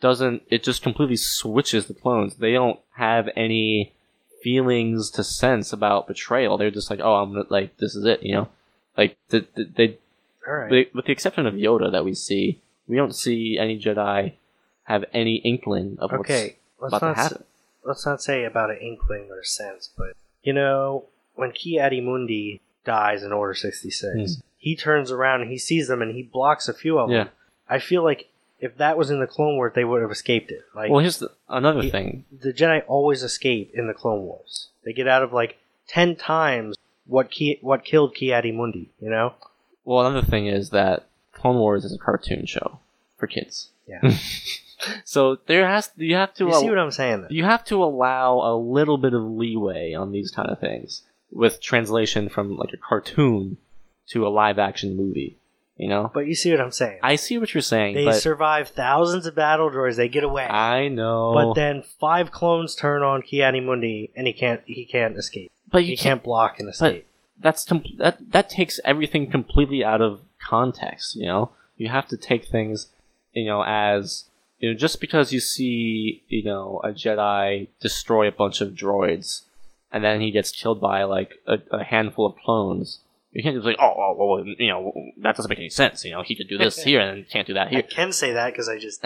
Speaker 3: doesn't. It just completely switches the clones. They don't have any feelings to sense about betrayal. They're just like, oh, I'm gonna- like this is it, you know. Like the, the, they,
Speaker 4: All right.
Speaker 3: they, with the exception of Yoda that we see, we don't see any Jedi have any inkling of what's
Speaker 4: okay. Let's
Speaker 3: about to
Speaker 4: not s-
Speaker 3: happen.
Speaker 4: let's not say about an inkling or a sense, but you know when Ki Adimundi dies in Order sixty six, he turns around and he sees them and he blocks a few of them.
Speaker 3: Hmm. Yeah.
Speaker 4: I feel like if that was in the Clone Wars, they would have escaped it. Like
Speaker 3: Well, here's the, another
Speaker 4: He-
Speaker 3: thing.
Speaker 4: the Jedi always escape in the Clone Wars. They get out of like ten times what Ki- what killed Ki Adimundi. You know.
Speaker 3: Well, another thing is that Clone Wars is a cartoon show for kids.
Speaker 4: Yeah.
Speaker 3: So there has you have to
Speaker 4: you
Speaker 3: al-
Speaker 4: see what I'm saying? Though?
Speaker 3: you have to allow a little bit of leeway on these kind of things with translation from like a cartoon to a live action movie. You know,
Speaker 4: But you see what I'm saying?
Speaker 3: I see what you're saying,
Speaker 4: they
Speaker 3: but
Speaker 4: survive thousands of battle droids. They get away.
Speaker 3: I know,
Speaker 4: But then five clones turn on Kiani Mundi, and he can't he can't escape.
Speaker 3: but
Speaker 4: He,
Speaker 3: you can't.
Speaker 4: can't block and escape.
Speaker 3: That's com- that that takes everything completely out of context. You know, you have to take things, you know, as you know, just because you see, you know, a Jedi destroy a bunch of droids, and then he gets killed by like a, a handful of clones. You can't just like, oh, oh, well, you know, that doesn't make any sense. You know, he could do this here and can't do that
Speaker 4: I
Speaker 3: here.
Speaker 4: can say that because I
Speaker 3: [LAUGHS]
Speaker 4: just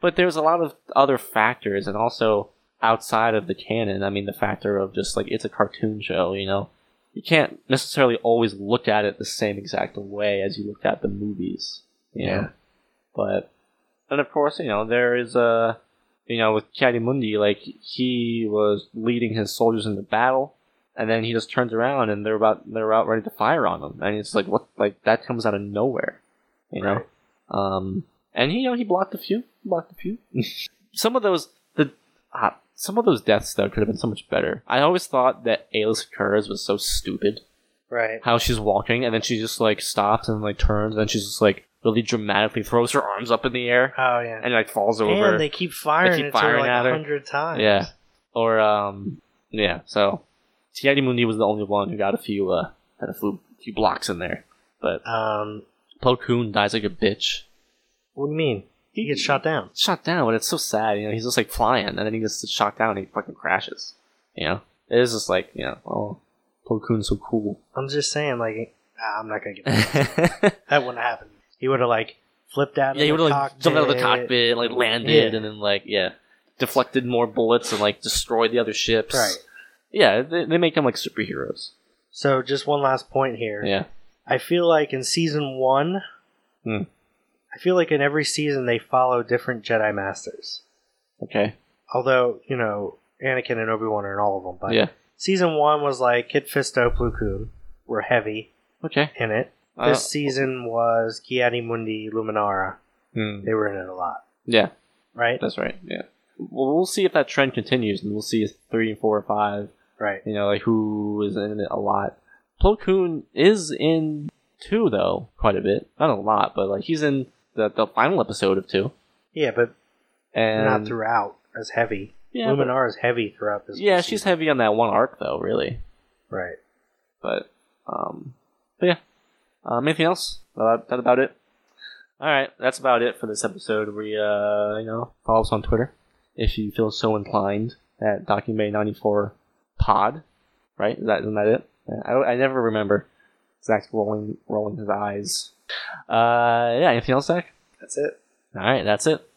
Speaker 3: but there's a lot of other factors, and also outside of the canon. I mean, the factor of just like it's a cartoon show. You know, you can't necessarily always look at it the same exact way as you looked at the movies. You
Speaker 4: Yeah.
Speaker 3: know? but and of course, you know, there is a you know with Mundi, like he was leading his soldiers into battle. And then he just turns around, and they're about they're out ready to fire on him, and it's like what like that comes out of nowhere, you know.
Speaker 4: Right.
Speaker 3: Um, and he, you know, he blocked a few, blocked a few. [LAUGHS] some of those, the ah, some of those deaths though could have been so much better. I always thought that Alice Kurz was so stupid.
Speaker 4: right.
Speaker 3: How she's walking and then she just like stops and like turns and then she's just like really dramatically throws her arms up in the air
Speaker 4: Oh yeah.
Speaker 3: and like falls
Speaker 4: And,
Speaker 3: over.
Speaker 4: they keep firing,
Speaker 3: They keep
Speaker 4: at her,
Speaker 3: firing
Speaker 4: like
Speaker 3: at her.
Speaker 4: a hundred times.
Speaker 3: yeah, or um, yeah. So Tiadi Mundi was the only one who got a few uh had a few, few blocks in there, but
Speaker 4: Um.
Speaker 3: Plo Koon dies like a bitch.
Speaker 4: What do you mean? He gets shot down.
Speaker 3: shot down, but it's so sad. You know, he's just like flying, and then he gets shot down, and he fucking crashes. You know, it is just like you know, oh, Plo Koon's so cool. [LAUGHS]
Speaker 4: I'm just saying, like, ah, I'm not gonna get that.
Speaker 3: yeah,
Speaker 4: that wouldn't happen. He would have like flipped out.
Speaker 3: he
Speaker 4: of
Speaker 3: would
Speaker 4: the
Speaker 3: have like
Speaker 4: cockpit.
Speaker 3: jumped out of the cockpit, like landed,
Speaker 4: Yeah.
Speaker 3: and then like yeah, deflected more bullets and like destroyed the other ships.
Speaker 4: Right.
Speaker 3: Yeah, they, they make them like superheroes.
Speaker 4: So just one last point here.
Speaker 3: Yeah.
Speaker 4: I feel like in season one,
Speaker 3: Hmm.
Speaker 4: I feel like in every season they follow different Jedi masters.
Speaker 3: Okay.
Speaker 4: Although, you know, Anakin and Obi Wan are in all of them. But
Speaker 3: yeah.
Speaker 4: season one was like Kid Fisto, Plu Koon were heavy
Speaker 3: Okay.
Speaker 4: in it.
Speaker 3: I
Speaker 4: This season was Kiadi Mundi, Luminara.
Speaker 3: don't- hmm.
Speaker 4: They were in it a lot,
Speaker 3: Yeah.
Speaker 4: right?
Speaker 3: That's right. Yeah. Well, we'll see if that trend continues, and we'll see if three, four, five
Speaker 4: Right.
Speaker 3: you know, like who is in it a lot. Plo Koon is in two though, quite a bit. Not a lot, but like he's in the, the final episode of two,
Speaker 4: Yeah, but
Speaker 3: and
Speaker 4: not throughout as heavy.
Speaker 3: Yeah, but-
Speaker 4: Luminara is heavy throughout this.
Speaker 3: yeah,
Speaker 4: season.
Speaker 3: she's heavy on that one arc though, really.
Speaker 4: right.
Speaker 3: But um, but yeah. Um, anything else? That, that about it. All right, that's about it for this episode. We uh, you know, follow us on Twitter if you feel so inclined at DocuMay94 Pod. Right? Is that isn't that it? Yeah, I, I never remember. Zach's rolling rolling his eyes. Uh, yeah. Anything else, Zach?
Speaker 4: That's it.
Speaker 3: All right, that's it.